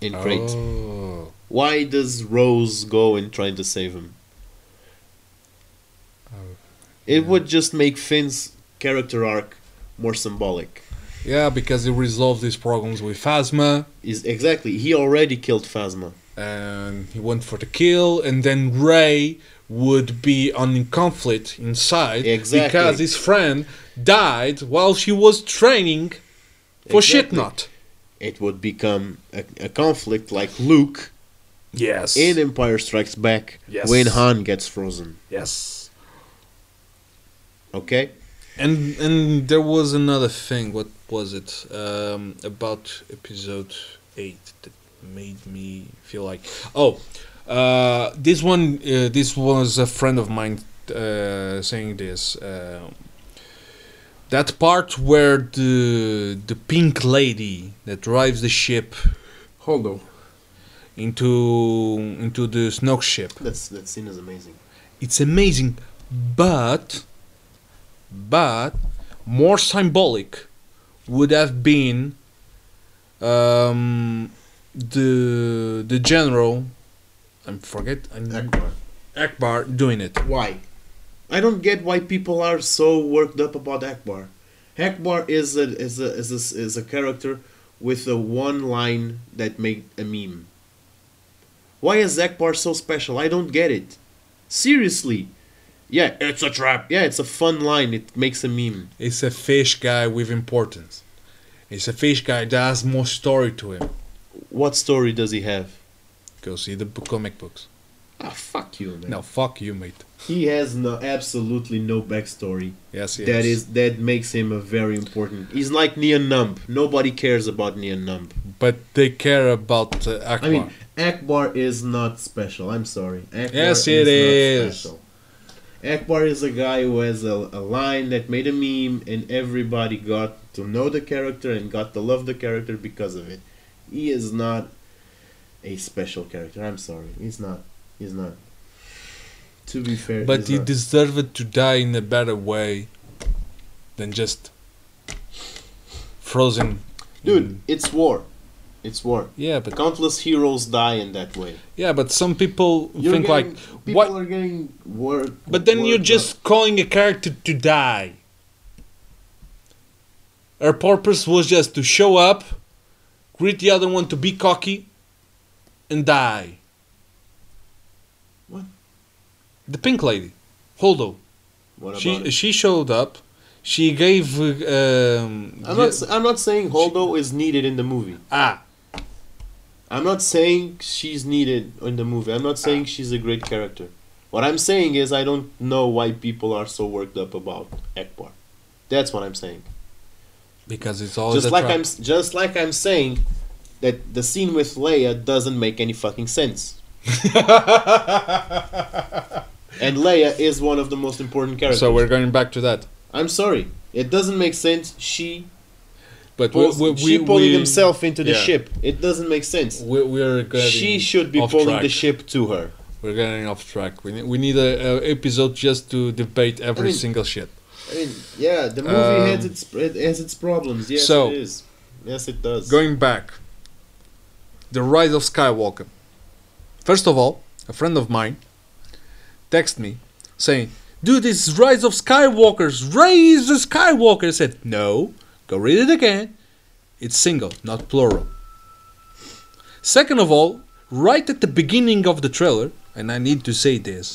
Speaker 2: in crate
Speaker 1: Oh.
Speaker 2: why does rose go and try to save him
Speaker 1: Oh,
Speaker 2: it would just make finn's character arc more symbolic
Speaker 1: Yeah, because they resolved these problems with Phasma
Speaker 2: is exactly he already killed phasma
Speaker 1: and he went for the kill and then Ray would be on in conflict inside
Speaker 2: Exactly.
Speaker 1: because his friend died while she was training for shit
Speaker 2: Exactly.
Speaker 1: not.
Speaker 2: it would become a, a conflict like luke
Speaker 1: Yes.
Speaker 2: in empire strikes back
Speaker 1: Yes.
Speaker 2: when han gets frozen
Speaker 1: yes.
Speaker 2: okay
Speaker 1: And and there was another thing, what was it? Um, about episode eight that made me feel like oh uh, this one uh, this was a friend of mine uh, saying this uh, that part where the the pink lady that drives the ship
Speaker 6: Hold on.
Speaker 1: into into the Snoke ship
Speaker 2: That's that scene is amazing.
Speaker 1: it's amazing but but more symbolic would have been um, the the general I forget I'm,
Speaker 2: Akbar.
Speaker 1: Akbar doing it
Speaker 2: Why? I don't get why people are so worked up about Akbar. Akbar is a is a is a, is a character with a one line that made a meme. Why is Akbar so special? I don't get it. Seriously. Yeah, it's a trap. Yeah, it's a fun line. It makes a meme.
Speaker 1: it's a fish guy with importance it's a fish guy that has more story to him
Speaker 2: What story does he have?
Speaker 1: go see the b- comic books
Speaker 2: Ah, fuck you, man.
Speaker 1: now fuck you mate
Speaker 2: He has no absolutely no backstory.
Speaker 1: yes yes
Speaker 2: That is that makes him a very important. He's like Neon Numb. Nobody cares about Neon Numb.
Speaker 1: but they care about uh, Akbar
Speaker 2: I mean, Akbar is not special. I'm sorry. Akbar
Speaker 1: Yes, it is.
Speaker 2: Akbar is a guy who has a, a line that made a meme, and everybody got to know the character and got to love the character because of it. He is not a special character. I'm sorry. He's not. He's not. To be fair,
Speaker 1: But
Speaker 2: he's
Speaker 1: he
Speaker 2: not.
Speaker 1: deserved to die in a better way than just frozen.
Speaker 2: dude, it's war. It's war.
Speaker 1: Yeah, but
Speaker 2: Countless heroes die in that way.
Speaker 1: yeah, but some people
Speaker 2: You're
Speaker 1: think like
Speaker 2: getting- people
Speaker 1: what?
Speaker 2: are getting work.
Speaker 1: But then you're
Speaker 2: worked
Speaker 1: just calling a character to die. Her purpose was just to show up, greet the other one to be cocky, and die.
Speaker 2: What?
Speaker 1: The pink lady, Holdo.
Speaker 2: up. What about
Speaker 1: She
Speaker 2: it?
Speaker 1: she showed up. She gave. uh, Um,
Speaker 2: I'm
Speaker 1: the-
Speaker 2: not. s- I'm not saying Holdo is needed in the movie.
Speaker 1: ah,
Speaker 2: I'm not saying she's needed in the movie. I'm not saying she's a great character. What I'm saying is I don't know why people are so worked up about Ekbar. That's what I'm saying.
Speaker 1: because it's all
Speaker 2: just
Speaker 1: the
Speaker 2: like
Speaker 1: trap.
Speaker 2: I'm. s- Just like I'm saying that the scene with Leia doesn't make any fucking sense. and Leia is one of the most important characters.
Speaker 1: So we're going back to that.
Speaker 2: I'm sorry. It doesn't make sense. She
Speaker 1: But we,
Speaker 2: pulls,
Speaker 1: we, we,
Speaker 2: she pulling
Speaker 1: we,
Speaker 2: himself into the
Speaker 1: yeah.
Speaker 2: ship. It doesn't make sense.
Speaker 1: We, we are getting
Speaker 2: She should be
Speaker 1: off
Speaker 2: pulling
Speaker 1: track.
Speaker 2: the ship to her.
Speaker 1: We're getting off track. We need, we need a, a episode just to debate every
Speaker 2: mean,
Speaker 1: single shit.
Speaker 2: I mean, yeah, the movie
Speaker 1: Um,
Speaker 2: has its it has its problems. Yes,
Speaker 1: so-
Speaker 2: it is. Yes, it does.
Speaker 1: Going back, the rise of Skywalker. First of all, a friend of mine texted me saying, "Dude, this is rise of Skywalker's rise of Skywalker." I said, "No, go read it again. It's single, not plural." Second of all, right at the beginning of the trailer, and I need to say this,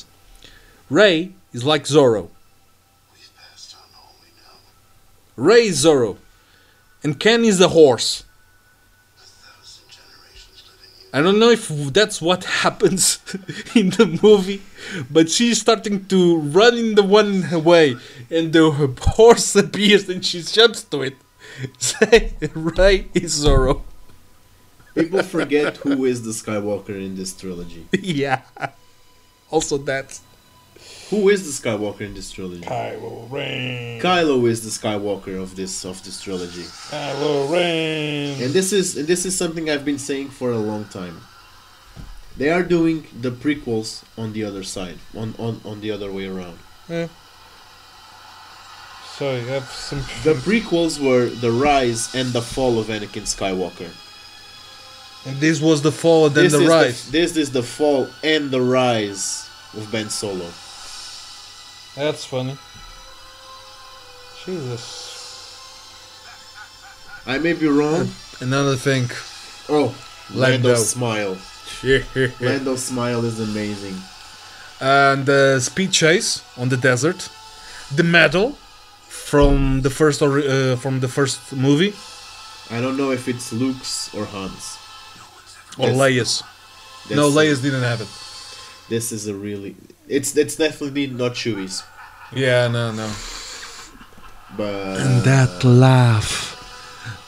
Speaker 1: Ray is like Zorro. Ray is Zorro, and Ken is the horse. I don't know if that's what happens in the movie, but she's starting to run in the one way, and the horse appears and she jumps to it. Say, Ray is Zoro.
Speaker 2: People forget who is the Skywalker in this trilogy.
Speaker 1: yeah. Also, that.
Speaker 2: Who is the Skywalker in this trilogy?
Speaker 5: Kylo Ren.
Speaker 2: Kylo is the Skywalker of this of this trilogy.
Speaker 5: Kylo Ren.
Speaker 2: And this is and this is something I've been saying for a long time. They are doing the prequels on the other side, on on, on the other way around.
Speaker 5: So you have some.
Speaker 2: The prequels were the rise and the fall of Anakin Skywalker.
Speaker 1: And this was the fall, then
Speaker 2: this
Speaker 1: the
Speaker 2: is
Speaker 1: rise.
Speaker 2: this is the fall and the rise of Ben Solo.
Speaker 5: That's funny. Jesus.
Speaker 2: I may be wrong.
Speaker 1: Another thing.
Speaker 2: Oh,
Speaker 1: Lando.
Speaker 2: Lando, smile. Lando smile is amazing.
Speaker 1: and the speed chase on the desert, the medal from the first or, uh, from the first movie
Speaker 2: I don't know if it's Luke's or Hans.
Speaker 1: or Oh,
Speaker 2: Yes.
Speaker 1: Leia's. No, Leia's didn't have it.
Speaker 2: This is a really. It's it's definitely not Chewie's,
Speaker 1: Yeah, no, no.
Speaker 2: but
Speaker 1: that laugh,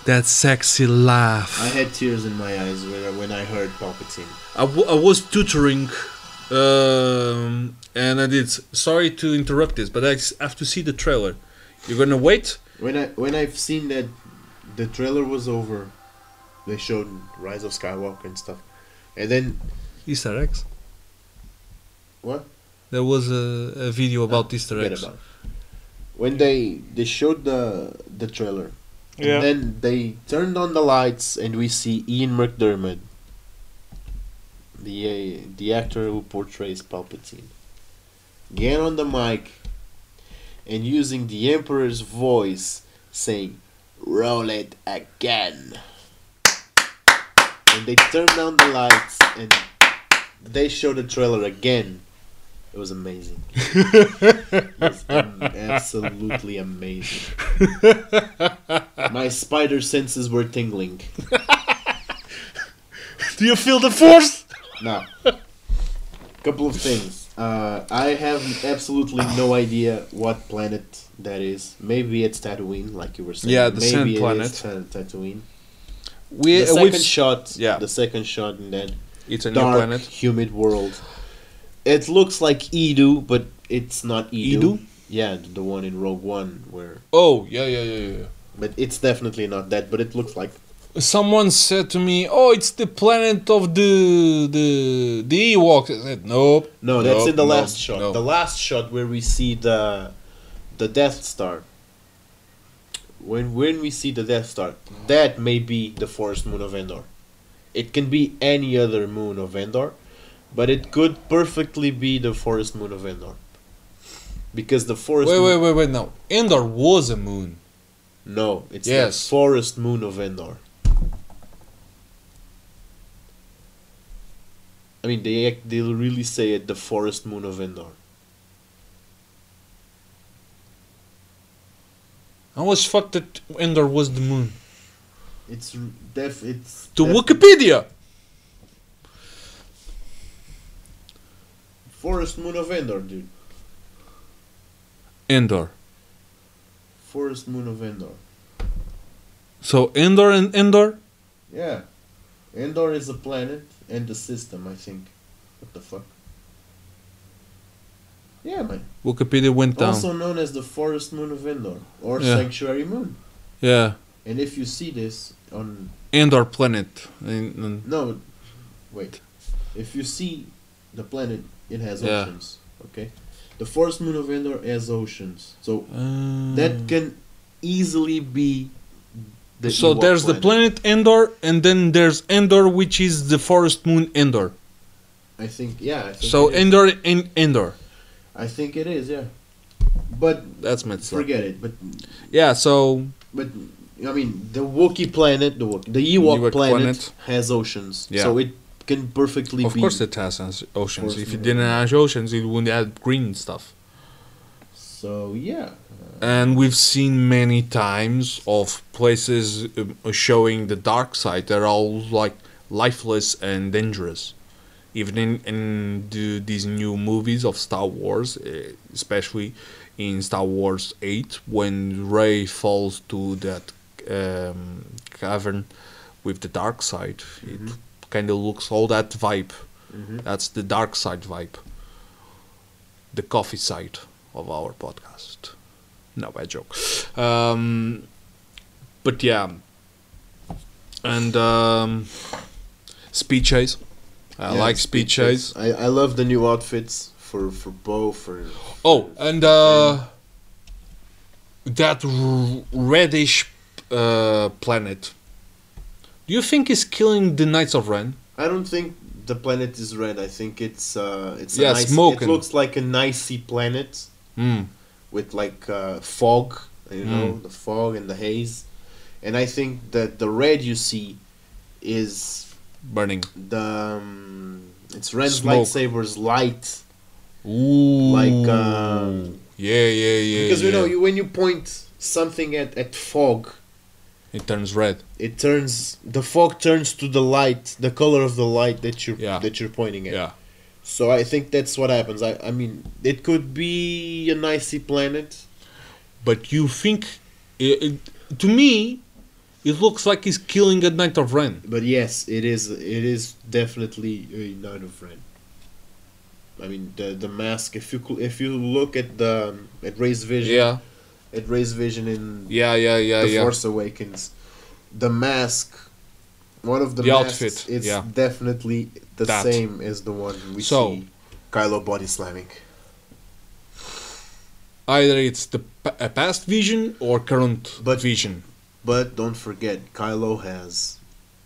Speaker 1: that sexy laugh.
Speaker 2: I had tears in my eyes when I, when I heard Palpatine.
Speaker 1: I, w- I was tutoring, um, and I did. Sorry to interrupt this, but I s- have to see the trailer. You're gonna wait?
Speaker 2: When I when I've seen that the trailer was over, they showed Rise of Skywalker and stuff, and then
Speaker 1: Easter eggs.
Speaker 2: what? Ah,
Speaker 1: There was a, a video about Easter
Speaker 2: Forget
Speaker 1: eggs.
Speaker 2: about. it. When they they showed the the trailer,
Speaker 5: Yeah.
Speaker 2: and then they turned on the lights and we see Ian McDermott, the uh, the actor who portrays Palpatine, get on the mic, and using the Emperor's voice saying, "Roll it again." And they turned down the lights and they showed the trailer again. It was amazing. it was am- absolutely amazing. My spider senses were tingling.
Speaker 1: Do you feel the force?
Speaker 2: Now, couple of things. Uh, I have absolutely no idea what planet that is. Maybe it's Tatooine, like you were saying.
Speaker 1: Yeah, the
Speaker 2: Maybe
Speaker 1: sand
Speaker 2: it is
Speaker 1: planet.
Speaker 2: Ta- Tatooine.
Speaker 1: We,
Speaker 2: the
Speaker 1: uh, we've
Speaker 2: second
Speaker 1: s-
Speaker 2: shot.
Speaker 1: yeah.
Speaker 2: The second shot in that
Speaker 1: It's a
Speaker 2: dark,
Speaker 1: new planet.
Speaker 2: humid world. It looks like Edo, but it's not Edo.
Speaker 1: Edo?
Speaker 2: Yeah, the one in Rogue One where.
Speaker 1: Oh, yeah, yeah, yeah, yeah.
Speaker 2: But it's definitely not that. But it looks like
Speaker 1: Someone said to me, "Oh, it's the planet of the the the Ewoks." I said, "Nope."
Speaker 2: No, that's
Speaker 1: nope,
Speaker 2: in the
Speaker 1: nope,
Speaker 2: last shot.
Speaker 1: nope.
Speaker 2: The last shot where we see the the Death Star. When when we see the Death Star, that may be the forest moon of Endor. It can be any other moon of Endor, but it could perfectly be the forest moon of Endor. Because the forest
Speaker 1: Wait,
Speaker 2: moon,
Speaker 1: wait, wait, wait. No, Endor was a moon.
Speaker 2: no, it's
Speaker 1: Yes.
Speaker 2: the forest moon of Endor. I mean, they act- they'll really say it, the forest moon of Endor.
Speaker 1: I was fucked that Endor was the moon.
Speaker 2: It's r- def. It's
Speaker 1: To
Speaker 2: def-
Speaker 1: Wikipedia.
Speaker 2: Forest Moon of Endor, dude.
Speaker 1: Endor.
Speaker 2: Forest Moon of Endor.
Speaker 1: So Endor and Endor.
Speaker 2: Yeah, Endor is a planet and a system, I think. What the fuck? Yeah, man.
Speaker 1: Wikipedia went down.
Speaker 2: Also known as the Forest Moon of Endor or
Speaker 1: Yeah.
Speaker 2: Sanctuary Moon.
Speaker 1: yeah,
Speaker 2: And if you see this on
Speaker 1: Endor planet. And- and-
Speaker 2: no, wait. If you see the planet, it has
Speaker 1: Yeah.
Speaker 2: oceans. Okay. The Forest Moon of Endor has oceans, so
Speaker 1: uh,
Speaker 2: that can easily be. The
Speaker 1: so
Speaker 2: Ewok
Speaker 1: there's the planet Endor, and then there's Endor, which is the forest moon Endor.
Speaker 2: I think yeah. I think
Speaker 1: So
Speaker 2: it is.
Speaker 1: Endor and Endor.
Speaker 2: I think it is, yeah. But
Speaker 1: That's my stuff.
Speaker 2: forget it. But
Speaker 1: Yeah, so
Speaker 2: but I mean, the Wookiee planet, the Wookiee, the Ewok,
Speaker 1: Ewok
Speaker 2: planet,
Speaker 1: planet.
Speaker 2: has oceans,
Speaker 1: Yeah.
Speaker 2: so it can perfectly
Speaker 1: of
Speaker 2: be.
Speaker 1: course it has as- oceans.
Speaker 2: Forest
Speaker 1: If it
Speaker 2: moon.
Speaker 1: didn't have oceans, it wouldn't have green stuff.
Speaker 2: So yeah,
Speaker 1: And we've seen many times of places um, showing the dark side. They're all like lifeless and dangerous. Even in, in the, these new movies of Star Wars, eh, especially in Star Wars 8, when Rey falls to that um, cavern with the dark side, it kind of looks all that vibe. That's the dark side vibe. The coffee side of our podcast. No bad joke. Um, but yeah, and um, speed chase. I
Speaker 2: Yeah,
Speaker 1: like speed chase.
Speaker 2: I, I love the new outfits for for Bo for
Speaker 1: Oh, and uh, that r- reddish uh, planet. Do you think is killing the Knights of Ren?
Speaker 2: I don't think the planet is red. I think it's uh it's
Speaker 1: Yeah,
Speaker 2: a nice, it
Speaker 1: smoking.
Speaker 2: looks like an icy planet
Speaker 1: Mm.
Speaker 2: with like uh, fog, you know, the fog and the haze. And I think that the red you see is
Speaker 1: Burning.
Speaker 2: the um, it's Ren's
Speaker 1: Smoke.
Speaker 2: lightsaber's light,
Speaker 1: Ooh.
Speaker 2: like um,
Speaker 1: yeah, yeah, yeah.
Speaker 2: because
Speaker 1: yeah.
Speaker 2: you know you, when you point something at at fog,
Speaker 1: it turns red.
Speaker 2: it turns the fog turns to the light, the color of the light that you're
Speaker 1: Yeah.
Speaker 2: that you're pointing at.
Speaker 1: Yeah.
Speaker 2: So I think that's what happens. I I mean it could be an icy planet.
Speaker 1: But you think, it, it- to me, it looks like he's killing a Knight of Ren.
Speaker 2: But yes, it is. It is definitely a Knight of Ren. I mean the the mask. If you cl- if you look at the um, at Ray's vision,
Speaker 1: Yeah,
Speaker 2: at Ray's vision in
Speaker 1: yeah, yeah, yeah,
Speaker 2: the
Speaker 1: yeah.
Speaker 2: Force Awakens, the mask, one of the,
Speaker 1: The
Speaker 2: masks,
Speaker 1: outfit,
Speaker 2: it's
Speaker 1: yeah.
Speaker 2: definitely the
Speaker 1: That.
Speaker 2: same as the one we
Speaker 1: So-
Speaker 2: see Kylo body slamming.
Speaker 1: Either it's the p- a past vision or current
Speaker 2: But-
Speaker 1: vision.
Speaker 2: But don't forget, Kylo has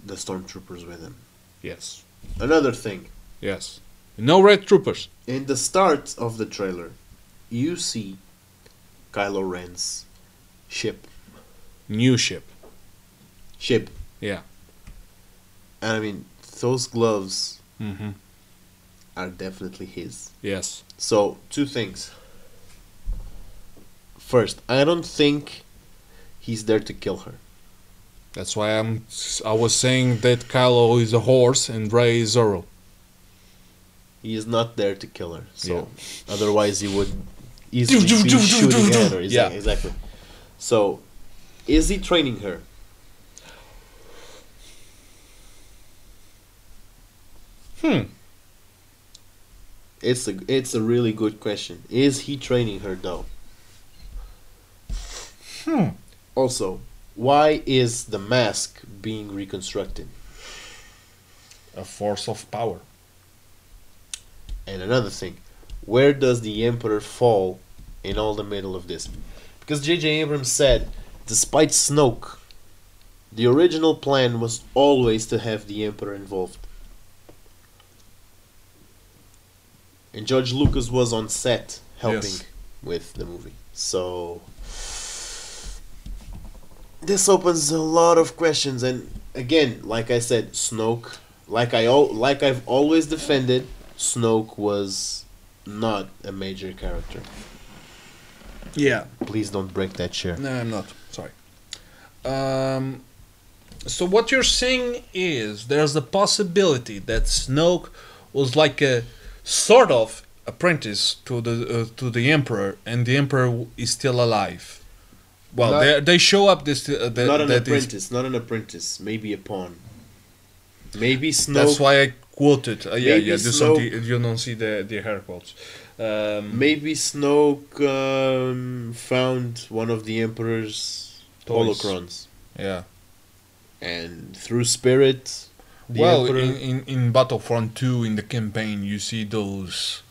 Speaker 2: the stormtroopers with him.
Speaker 1: Yes,
Speaker 2: Another thing,
Speaker 1: yes. No red troopers.
Speaker 2: in the start of the trailer, you see Kylo Ren's ship.
Speaker 1: New ship.
Speaker 2: Ship.
Speaker 1: Yeah.
Speaker 2: And I mean, those gloves
Speaker 1: Mm-hmm.
Speaker 2: are definitely his.
Speaker 1: Yes.
Speaker 2: So, two things. First, I don't think he's there to kill her.
Speaker 1: That's why I'm. I was saying that Kylo is a horse and Rey is Zoro.
Speaker 2: He is not there to kill her. So,
Speaker 1: Yeah.
Speaker 2: otherwise he would easily
Speaker 1: do,
Speaker 2: be
Speaker 1: do, do,
Speaker 2: shooting
Speaker 1: do,
Speaker 2: at
Speaker 1: do.
Speaker 2: her. Exa-
Speaker 1: Yeah.
Speaker 2: exactly. So, is he training her?
Speaker 1: Hmm.
Speaker 2: It's a it's a really good question. Is he training her though?
Speaker 1: Hmm.
Speaker 2: Also, why is the mask being reconstructed?
Speaker 1: A force of power.
Speaker 2: And another thing, where does the Emperor fall in all the middle of this? Because J.J. Abrams said, despite Snoke, the original plan was always to have the Emperor involved. And George Lucas was on set helping
Speaker 1: Yes.
Speaker 2: with the movie. So. This opens a lot of questions, and again, like I said, Snoke, like I al- like I've always defended, Snoke was not a major character.
Speaker 5: Yeah.
Speaker 2: Please don't break that chair.
Speaker 5: No, I'm not. Sorry. Um, so what you're saying is there's a possibility that Snoke was like a sort of apprentice to the uh, to the Emperor, and the Emperor w- is still alive. Well,
Speaker 2: Not-
Speaker 5: they they show up this uh, that,
Speaker 2: Not an
Speaker 5: that is-
Speaker 2: apprentice. Not an apprentice. Maybe a pawn. Maybe Snoke.
Speaker 5: that's why I quoted. Uh, yeah,
Speaker 2: Maybe
Speaker 5: yeah. This on the,
Speaker 2: Snoke-
Speaker 5: you don't see the the hair quotes. Um,
Speaker 2: Maybe Snoke um, found one of the Emperor's
Speaker 5: Toys.
Speaker 2: holocrons,
Speaker 5: yeah.
Speaker 2: and through spirit, the
Speaker 5: well,
Speaker 2: Emperor.
Speaker 5: in, in, in Battlefront 2, in the campaign, you see those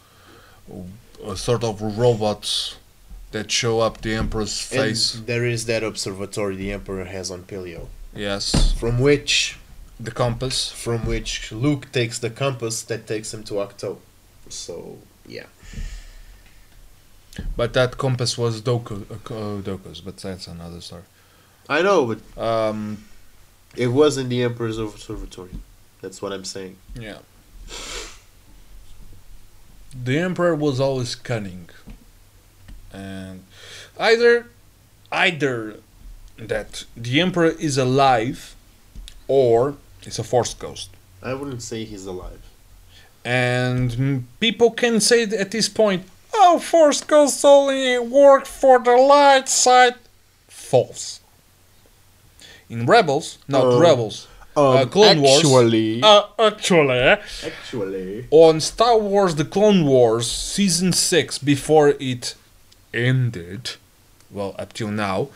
Speaker 5: uh, sort of robots that show up the Emperor's
Speaker 2: and
Speaker 5: face.
Speaker 2: there is that observatory the Emperor has on Pileo,
Speaker 5: yes,
Speaker 2: from which
Speaker 5: the compass.
Speaker 2: from which Luke takes the compass that takes him to Octo. So yeah,
Speaker 5: But that compass was Doku, uh, uh, Doku's, but that's another story.
Speaker 2: I know, but
Speaker 5: Um,
Speaker 2: it wasn't the Emperor's observatory. That's what I'm saying.
Speaker 5: yeah. The Emperor was always cunning. And either, either that the Emperor is alive or it's a forced ghost.
Speaker 2: I wouldn't say he's alive.
Speaker 1: And mm, people can say th- at this point, oh, Force Ghost only work for the light side. False. In Rebels, not
Speaker 2: Um,
Speaker 1: Rebels,
Speaker 2: Um,
Speaker 1: uh, Clone Wars.
Speaker 2: actually,
Speaker 1: Uh, actually,
Speaker 5: eh?
Speaker 2: actually,
Speaker 1: on Star Wars The Clone Wars Season 6, before it ended, well, up till now,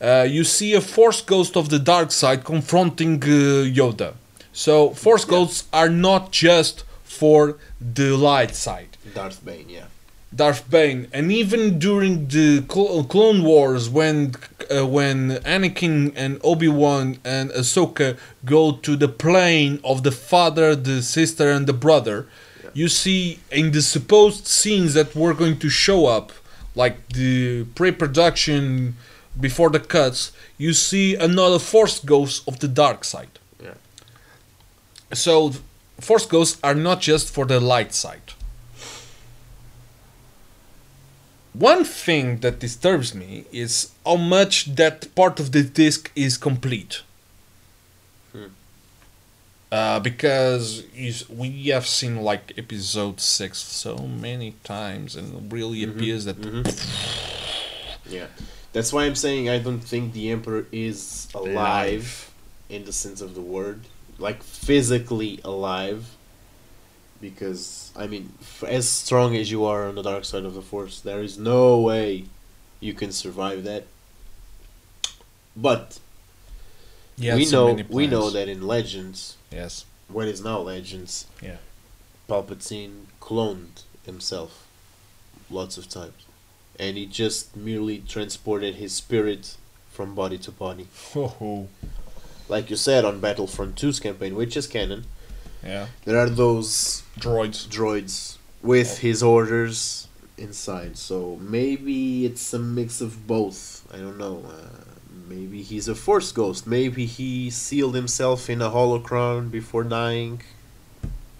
Speaker 1: uh, you see a Force Ghost of the Dark Side confronting uh, Yoda. So, Force Ghosts are not just for the light side.
Speaker 2: Darth Bane, yeah.
Speaker 1: Darth Bane, and even during the Clo- Clone Wars, when uh, when Anakin and Obi Wan and Ahsoka go to the plane of the father, the sister, and the brother, you see in the supposed scenes that were going to show up, like the pre-production before the cuts, you see another Force Ghost of the dark side.
Speaker 2: Yeah.
Speaker 1: So, Force Ghosts are not just for the light side. One thing that disturbs me is how much that part of the disc is complete. Uh, because is, we have seen like episode six so many times, and really appears that
Speaker 2: Yeah. Mm-hmm. That's why I'm saying I don't think the Emperor is alive
Speaker 1: Live.
Speaker 2: in the sense of the word, like physically alive. Because, I mean, f- as strong as you are on the dark side of the Force, there is no way you can survive that. But
Speaker 1: he had
Speaker 2: we
Speaker 1: so
Speaker 2: know
Speaker 1: many
Speaker 2: we know
Speaker 1: plans.
Speaker 2: that in Legends,
Speaker 1: yes,
Speaker 2: what is now Legends,
Speaker 1: Yeah.
Speaker 2: Palpatine cloned himself lots of times. And he just merely transported his spirit from body to body. Like you said on Battlefront 2's campaign, which is canon,
Speaker 1: yeah,
Speaker 2: there are those
Speaker 1: droids.
Speaker 2: droids with his orders inside. So maybe it's a mix of both. I don't know. Uh, maybe he's a force ghost. Maybe he sealed himself in a holocron before dying.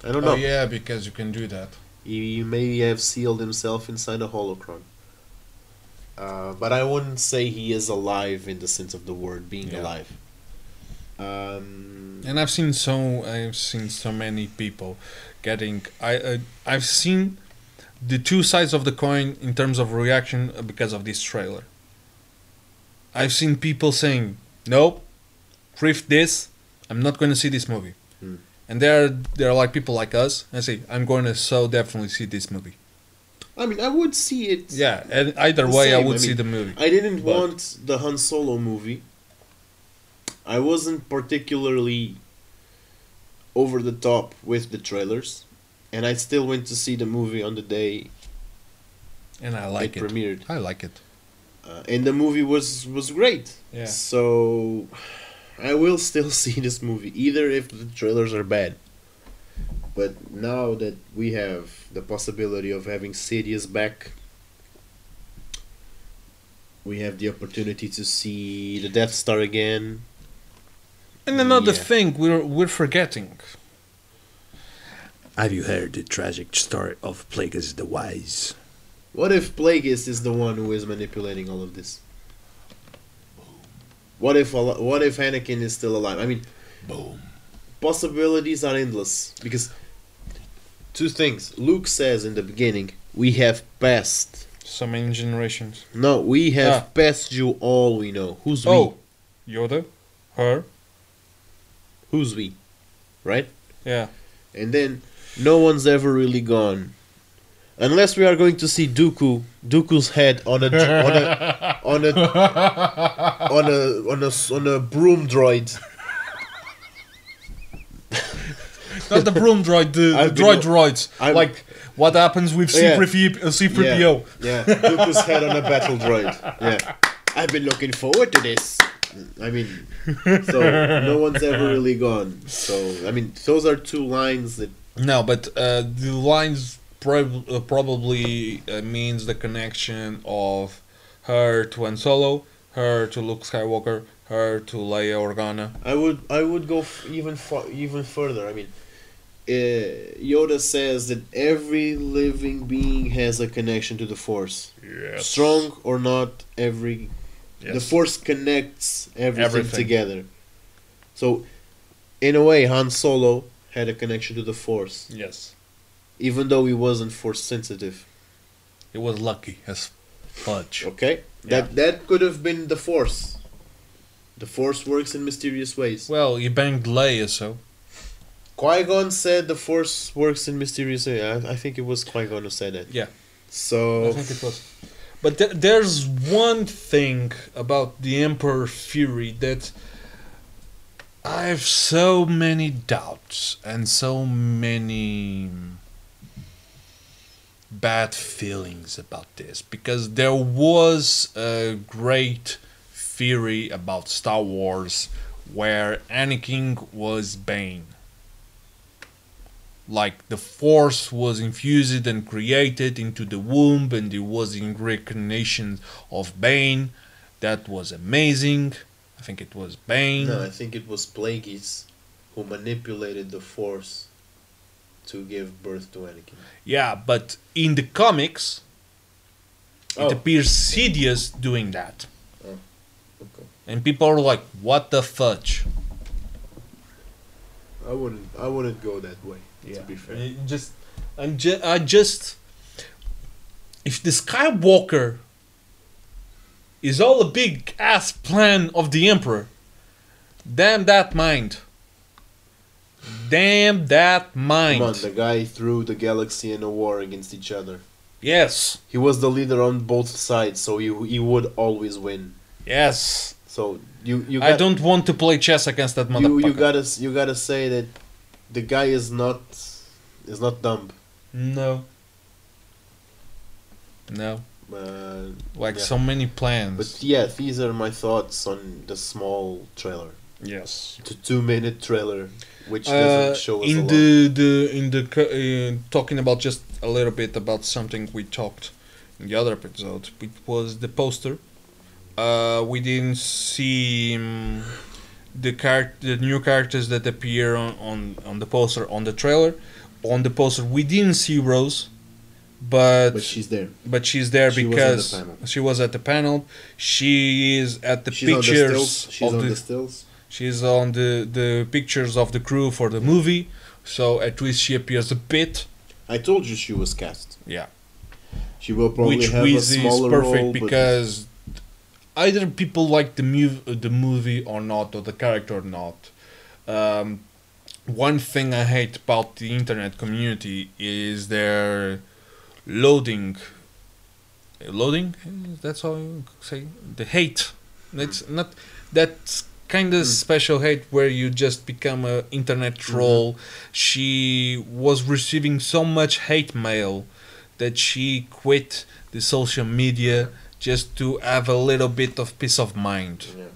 Speaker 2: I don't know.
Speaker 1: Oh yeah, because you can do that.
Speaker 2: He may have sealed himself inside a holocron. Uh, but I wouldn't say he is alive in the sense of the word being
Speaker 1: Yeah.
Speaker 2: alive. Um,
Speaker 1: And I've seen so I've seen so many people getting I uh, I've seen the two sides of the coin in terms of reaction uh, because of this trailer. I've seen people saying, "Nope, riff this. I'm not going to see this movie."
Speaker 2: Hmm.
Speaker 1: And there there are like people like us. I say, "I'm going to so definitely see this movie."
Speaker 2: I mean, I would see it.
Speaker 1: Yeah, and either
Speaker 2: The
Speaker 1: way, I
Speaker 2: same,
Speaker 1: would
Speaker 2: I
Speaker 1: see
Speaker 2: mean,
Speaker 1: the movie.
Speaker 2: I didn't
Speaker 1: But-
Speaker 2: want the Han Solo movie. I wasn't particularly over the top with the trailers, and I still went to see the movie on the day
Speaker 1: And I like
Speaker 2: it
Speaker 1: it.
Speaker 2: premiered.
Speaker 1: I like it.
Speaker 2: uh, and the movie was was great.
Speaker 1: Yeah.
Speaker 2: So I will still see this movie either if the trailers are bad. But now that we have the possibility of having Sidious back, we have the opportunity to see the Death Star again.
Speaker 1: And another
Speaker 2: Yeah.
Speaker 1: thing we're we're forgetting.
Speaker 7: Have you heard the tragic story of Plagueis the Wise?
Speaker 2: What if Plagueis is the one who is manipulating all of this? What if Al- what if Anakin is still alive? I mean,
Speaker 7: Boom.
Speaker 2: possibilities are endless because two things Luke says in the beginning we have passed
Speaker 1: So many generations.
Speaker 2: no we have
Speaker 1: Ah.
Speaker 2: passed you all we know who's
Speaker 1: Oh, Yoda, her,
Speaker 2: we who's we right
Speaker 1: yeah.
Speaker 2: and then no one's ever really gone unless we are going to see Dooku Dooku's head on a dr- on a on a on a on a s- on a broom droid
Speaker 1: Not the broom droid, the,
Speaker 2: I've
Speaker 1: the
Speaker 2: been-
Speaker 1: droid droids.
Speaker 2: I'm-
Speaker 1: like what happens with
Speaker 2: Yeah.
Speaker 1: C3P, uh,
Speaker 2: yeah
Speaker 1: C3PO.
Speaker 2: yeah Dooku's head on a battle droid yeah I've been looking forward to this. I mean, so no one's ever really gone. So I mean, those are two lines that
Speaker 1: No, but uh, the lines prob- uh, probably uh, means the connection of her to Han Solo, her to Luke Skywalker, her to Leia Organa.
Speaker 2: I would I would go f- even fu- even further. I mean, uh, Yoda says that every living being has a connection to the Force,
Speaker 1: Yes.
Speaker 2: strong or not. Every the Force connects everything,
Speaker 1: Everything.
Speaker 2: together. So, in a way, Han Solo had a connection to the Force,
Speaker 5: Yes.
Speaker 2: even though he wasn't Force sensitive.
Speaker 5: It was lucky as fudge.
Speaker 2: Okay, that that could have been the Force. The Force works in mysterious ways.
Speaker 5: Well, he banged Leia, so.
Speaker 2: Qui Gon said the Force works in mysterious ways. I, I think it was Qui Gon who said it.
Speaker 5: Yeah. I
Speaker 2: So
Speaker 5: think it was. But th- there's one thing about the Emperor Fury that I have so many doubts and so many bad feelings about this because there was a great theory about Star Wars where Anakin was Bane like the force was infused and created into the womb and it was in recognition of bane that was amazing i think it was bane
Speaker 2: no, I think it was Plagueis who manipulated the Force to give birth to Anakin.
Speaker 5: yeah but in the comics
Speaker 2: Oh.
Speaker 5: it appears sidious doing that
Speaker 2: Okay.
Speaker 5: and people are like what the fudge
Speaker 2: I wouldn't. I wouldn't go that way. To be fair.
Speaker 5: It just i'm just i just if the skywalker is all a big ass plan of the emperor damn that mind damn that mind
Speaker 2: Come on, the guy threw the galaxy in a war against each other.
Speaker 5: yes
Speaker 2: He was the leader on both sides, so he he would always win.
Speaker 5: yes
Speaker 2: So you you
Speaker 5: i
Speaker 2: got,
Speaker 5: don't want to play chess against that
Speaker 2: you
Speaker 5: motherfucker
Speaker 2: you gotta s- you gotta say that the guy is not is not dumb.
Speaker 5: no no
Speaker 2: Uh,
Speaker 5: like
Speaker 2: Yeah.
Speaker 5: so many plans
Speaker 2: but yeah, these are my thoughts on the small trailer,
Speaker 5: yes
Speaker 2: the two minute trailer, which
Speaker 5: Uh,
Speaker 2: doesn't show us a
Speaker 5: in
Speaker 2: lot.
Speaker 5: the, the in the cu- uh, talking about just a little bit about something we talked in the other episode it was the poster uh, we didn't see um, the char- the new characters that appear on, on, on the poster on the trailer on the poster we didn't see rose but
Speaker 2: But she's there.
Speaker 5: but she's there
Speaker 2: She was at the
Speaker 5: because
Speaker 2: panel.
Speaker 5: she was at the panel she is at the
Speaker 2: She's on the
Speaker 5: pictures
Speaker 2: stills. She's
Speaker 5: of
Speaker 2: on
Speaker 5: the
Speaker 2: the stills.
Speaker 5: She's on the, the pictures of the crew for the movie, so at least she appears a bit.
Speaker 2: I told you she was cast.
Speaker 5: Yeah.
Speaker 2: She will probably
Speaker 5: which
Speaker 2: have a
Speaker 5: is is
Speaker 2: smaller
Speaker 5: perfect
Speaker 2: role, but
Speaker 5: because either people like the, mu- uh, the movie or not, or the character or not. Um, one thing I hate about the internet community is their loading. Loading? That's how you say the hate. That's not that's kind
Speaker 2: Hmm.
Speaker 5: of special hate where you just become a internet
Speaker 2: Mm-hmm.
Speaker 5: troll. She was receiving so much hate mail that she quit the social media just to have a little bit of peace of mind.
Speaker 2: Yeah.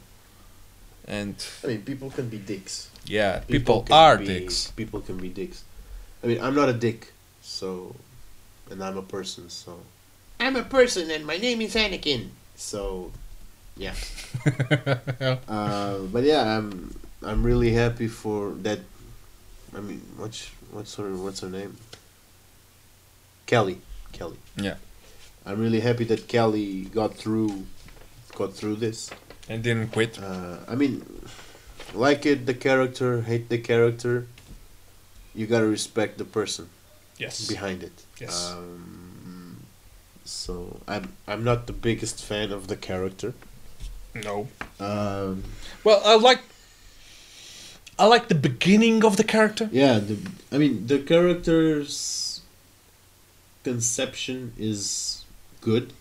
Speaker 5: And
Speaker 2: I mean, people can be dicks.
Speaker 5: yeah, people,
Speaker 2: can
Speaker 5: are
Speaker 2: be-
Speaker 5: dicks.
Speaker 2: People can be dicks. I mean, I'm not a dick, so, and I'm a person, so. I'm a person, and my name is Anakin. So, yeah. uh, but yeah, I'm I'm really happy for that. I mean, what's what's her what's her name? Kelly. Kelly.
Speaker 5: Yeah.
Speaker 2: I'm really happy that Kelly got through, got through this.
Speaker 5: And didn't quit.
Speaker 2: Uh, I mean, like it, the character, hate the character. You gotta respect the person
Speaker 5: Yes.
Speaker 2: behind it.
Speaker 5: Yes.
Speaker 2: Um, so I'm I'm not the biggest fan of the character.
Speaker 5: No.
Speaker 2: Um,
Speaker 5: Well, I like I like the beginning of the character.
Speaker 2: yeah, the, I mean the character's conception is good,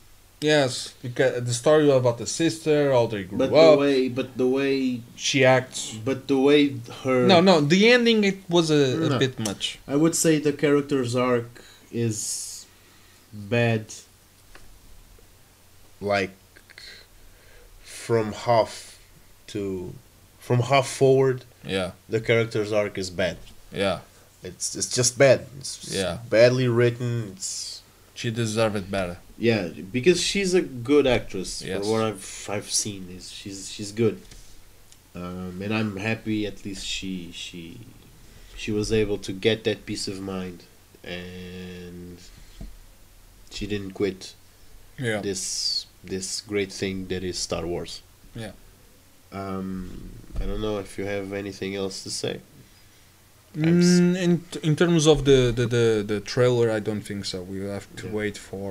Speaker 5: Yes, because the story about the sister, how they grew
Speaker 2: but
Speaker 5: up,
Speaker 2: the way, but the way,
Speaker 5: she acts.
Speaker 2: but the way her.
Speaker 5: No, no, the ending it was a, a
Speaker 2: No.
Speaker 5: bit much.
Speaker 2: I would say the character's arc is bad. Like from half to from half forward,
Speaker 5: Yeah,
Speaker 2: the character's arc is bad.
Speaker 5: yeah,
Speaker 2: It's it's just bad. It's just
Speaker 5: Yeah.
Speaker 2: badly written. It's
Speaker 5: she deserved it better.
Speaker 2: yeah, because she's a good actress.
Speaker 5: Yes.
Speaker 2: For what I've I've seen is she's she's good. Um, and I'm happy at least she she she was able to get that peace of mind and she didn't quit
Speaker 5: Yeah,
Speaker 2: this this great thing that is Star Wars.
Speaker 5: Yeah.
Speaker 2: Um I don't know if you have anything else to say.
Speaker 5: Mm, in in terms of the, the, the, the trailer, I don't think so. We have to wait for.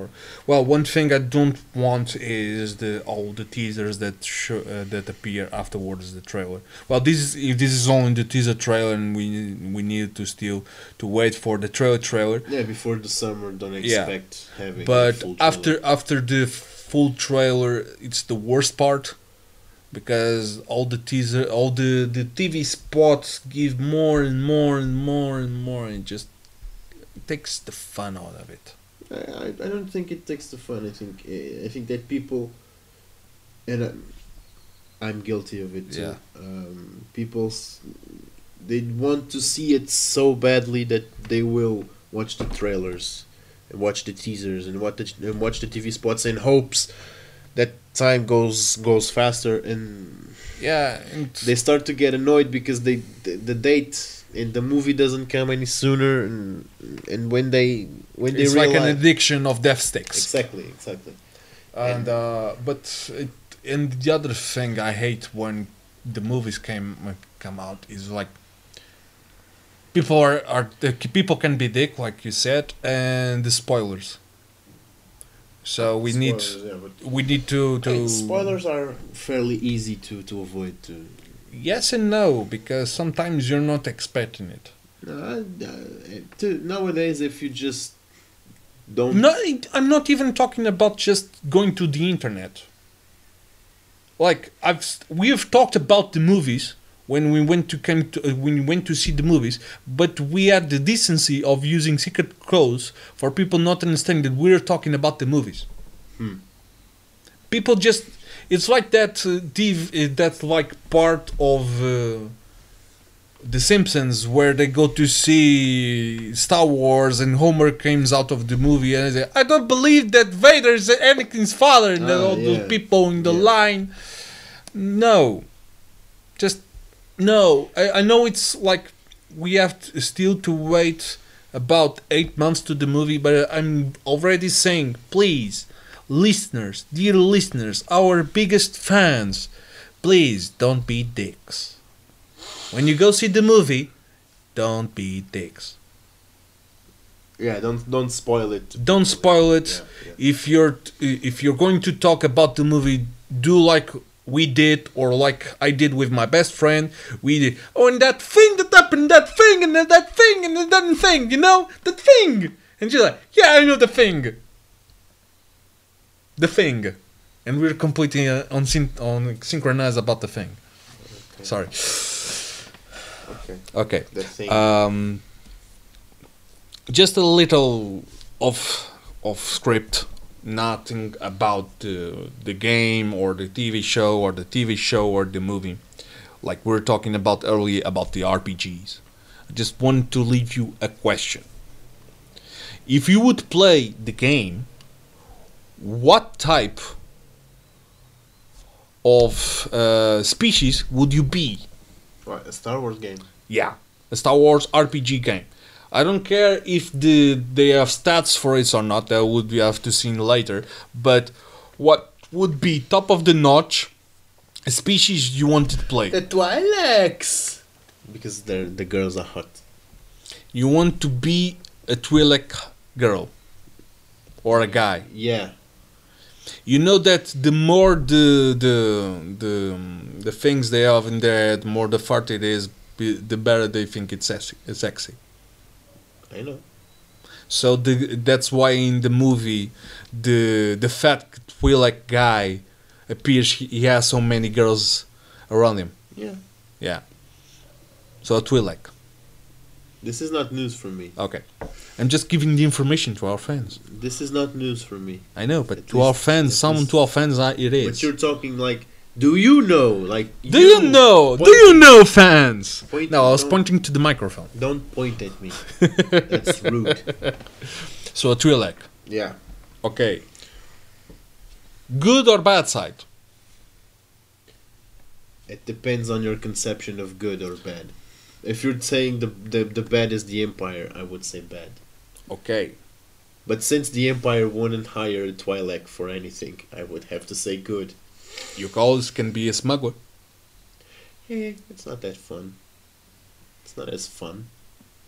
Speaker 5: Well, one thing I don't want is the all the teasers that show, uh, that appear afterwards the trailer. Well, this is if this is only the teaser trailer, and we we need to still to wait for the trailer trailer.
Speaker 2: Yeah, before the summer, don't
Speaker 5: Yeah.
Speaker 2: expect having. a
Speaker 5: But
Speaker 2: full
Speaker 5: after after the full trailer, it's the worst part because all the teaser, all the the TV spots give more and more and more and more, and just takes the fun out of it.
Speaker 2: I, I I don't think it takes the fun. I think I think that people, and I'm, I'm guilty of it too.
Speaker 5: Yeah.
Speaker 2: Um, people, s- they want to see it so badly that they will watch the trailers, and watch the teasers, and watch the and watch the TV spots in hopes that time goes goes faster, and
Speaker 5: Yeah, and
Speaker 2: they start to get annoyed because they the, the date and the movie doesn't come any sooner, and and when they when
Speaker 5: it's
Speaker 2: they
Speaker 5: like
Speaker 2: realize.
Speaker 5: an addiction of death sticks.
Speaker 2: Exactly, exactly.
Speaker 5: and uh, but it, and the other thing I hate when the movies came come out is like people are are the people can be dick like you said and the spoilers. So we
Speaker 2: Spoilers, yeah, but-
Speaker 5: need we need to to
Speaker 2: I mean, spoilers are fairly easy to, to avoid. To
Speaker 5: yes and no because sometimes you're not expecting it.
Speaker 2: no, I- I- to nowadays, if you just don't
Speaker 5: No, it- I'm not even talking about just going to the internet. Like I've s- we have talked about the movies when we went to came to, uh, when we went to see the movies, but we had the decency of using secret codes for people not understanding that we're talking about the movies. People just it's like that uh, div, uh, that like part of. Uh, the Simpsons, where they go to see Star Wars, and Homer comes out of the movie and they say, "I don't believe that Vader is Anakin's father," and then
Speaker 2: Ah,
Speaker 5: all
Speaker 2: yeah.
Speaker 5: those people in the
Speaker 2: Yeah.
Speaker 5: line. No, just no. I, I know it's like we have to, still to wait about eight months to the movie, but I'm already saying, please, listeners, dear listeners, our biggest fans, please don't be dicks. When you go see the movie, don't be dicks.
Speaker 2: yeah don't don't spoil it.
Speaker 5: Don't spoil it.
Speaker 2: Yeah,
Speaker 5: If you're if you're going to talk about the movie, do like we did or like I did with my best friend. We did. Oh, and that thing that happened, that thing, and then that thing, and then that thing. You know that thing. And she's like, yeah, I know the thing. The thing, and we're completely uh, on syn- on synchronized about the thing. Sorry.
Speaker 2: Okay.
Speaker 5: Okay.
Speaker 2: The thing.
Speaker 5: Um, just a little off off script, nothing about the the game or the TV show or the TV show or the movie. Like we are talking about earlier about the RPGs. I just want to leave you a question. If you would play the game, what type of uh, species would you be?
Speaker 2: Right, a Star Wars game.
Speaker 5: yeah, a Star Wars RPG game. I don't care if the they have stats for it or not. That would we have to see later. But what would be top of the notch a species you want to play?
Speaker 2: Twi'leks. Because they're the girls are hot.
Speaker 5: You want to be a Twi'lek girl or a guy.
Speaker 2: Yeah.
Speaker 5: You know that the more the the the the things they have in their head, more the fart it is, be- the better they think it's sexy. It's sexy.
Speaker 2: I know.
Speaker 5: So the, that's why in the movie, the the fat Twi'lek guy appears. He, he has so many girls around him.
Speaker 2: Yeah.
Speaker 5: Yeah. So a Twi'lek.
Speaker 2: This is not news for me.
Speaker 5: Okay. I'm just giving the information to our fans.
Speaker 2: This is not news for me.
Speaker 5: I know, but
Speaker 2: At
Speaker 5: to our
Speaker 2: least-
Speaker 5: fans,
Speaker 2: at
Speaker 5: someone
Speaker 2: least-
Speaker 5: to our fans, uh, it
Speaker 2: But
Speaker 5: is.
Speaker 2: you're talking like, do you know? Like,
Speaker 5: Do you know? Do you know, fans?
Speaker 2: Point-
Speaker 5: No, I was
Speaker 2: don't-
Speaker 5: pointing to the microphone.
Speaker 2: Don't point at me. That's rude.
Speaker 5: So a Twi'lek.
Speaker 2: Yeah.
Speaker 5: Okay. Good or bad side?
Speaker 2: It depends on your conception of good or bad. If you're saying the, the the bad is the empire, I would say bad.
Speaker 5: Okay.
Speaker 2: But since the empire wouldn't hire a Twi'lek for anything, I would have to say good.
Speaker 5: You always can be a smuggler. Hmm.
Speaker 2: Eh, it's not that fun. It's not as fun.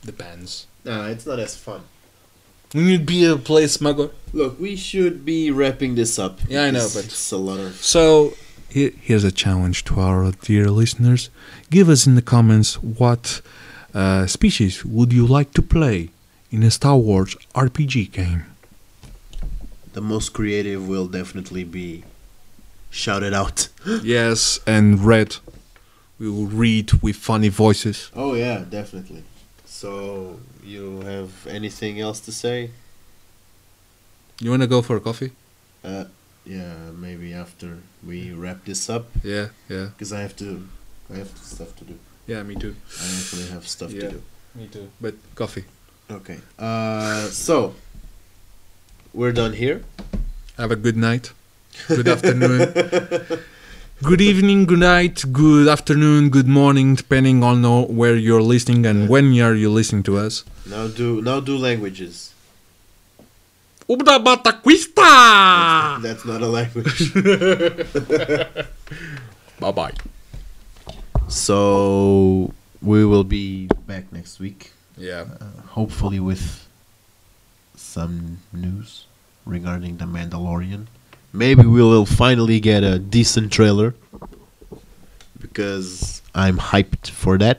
Speaker 5: Depends.
Speaker 2: Nah, it's not as fun.
Speaker 5: You'd be a play smuggler.
Speaker 2: Look, we should be wrapping this up.
Speaker 5: Yeah, I know,
Speaker 2: It's-
Speaker 5: but-
Speaker 2: it's a lot of
Speaker 5: So here, here's a challenge to our dear listeners: give us in the comments what uh, species would you like to play in a Star Wars RPG game.
Speaker 2: the most creative will definitely be shouted out.
Speaker 5: yes, and read. We will read with funny voices.
Speaker 2: Oh yeah, definitely. So you have anything else to say?
Speaker 5: You wanna go for a coffee?
Speaker 2: Uh, yeah, maybe after we wrap this up,
Speaker 5: Yeah, yeah,
Speaker 2: because I have to, I have stuff to do.
Speaker 5: yeah. Me too.
Speaker 2: I actually have stuff
Speaker 5: Yeah.
Speaker 2: to do.
Speaker 5: Me too. But coffee.
Speaker 2: Okay. Uh, so we're done here.
Speaker 5: Have a good night. Good afternoon. good evening. Good night. Good afternoon. Good morning, depending on o- where you're listening and when are you listening to us.
Speaker 2: Now do now do languages.
Speaker 5: Ubda
Speaker 2: That's not a language.
Speaker 5: Bye bye.
Speaker 2: so we will be back next week,
Speaker 5: Yeah.
Speaker 2: hopefully with some news regarding the Mandalorian. Maybe we'll finally get a decent trailer because I'm hyped for that.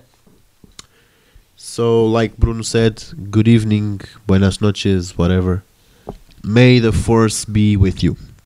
Speaker 2: So, like Bruno said, good evening, buenas noches, whatever. May the force be with you.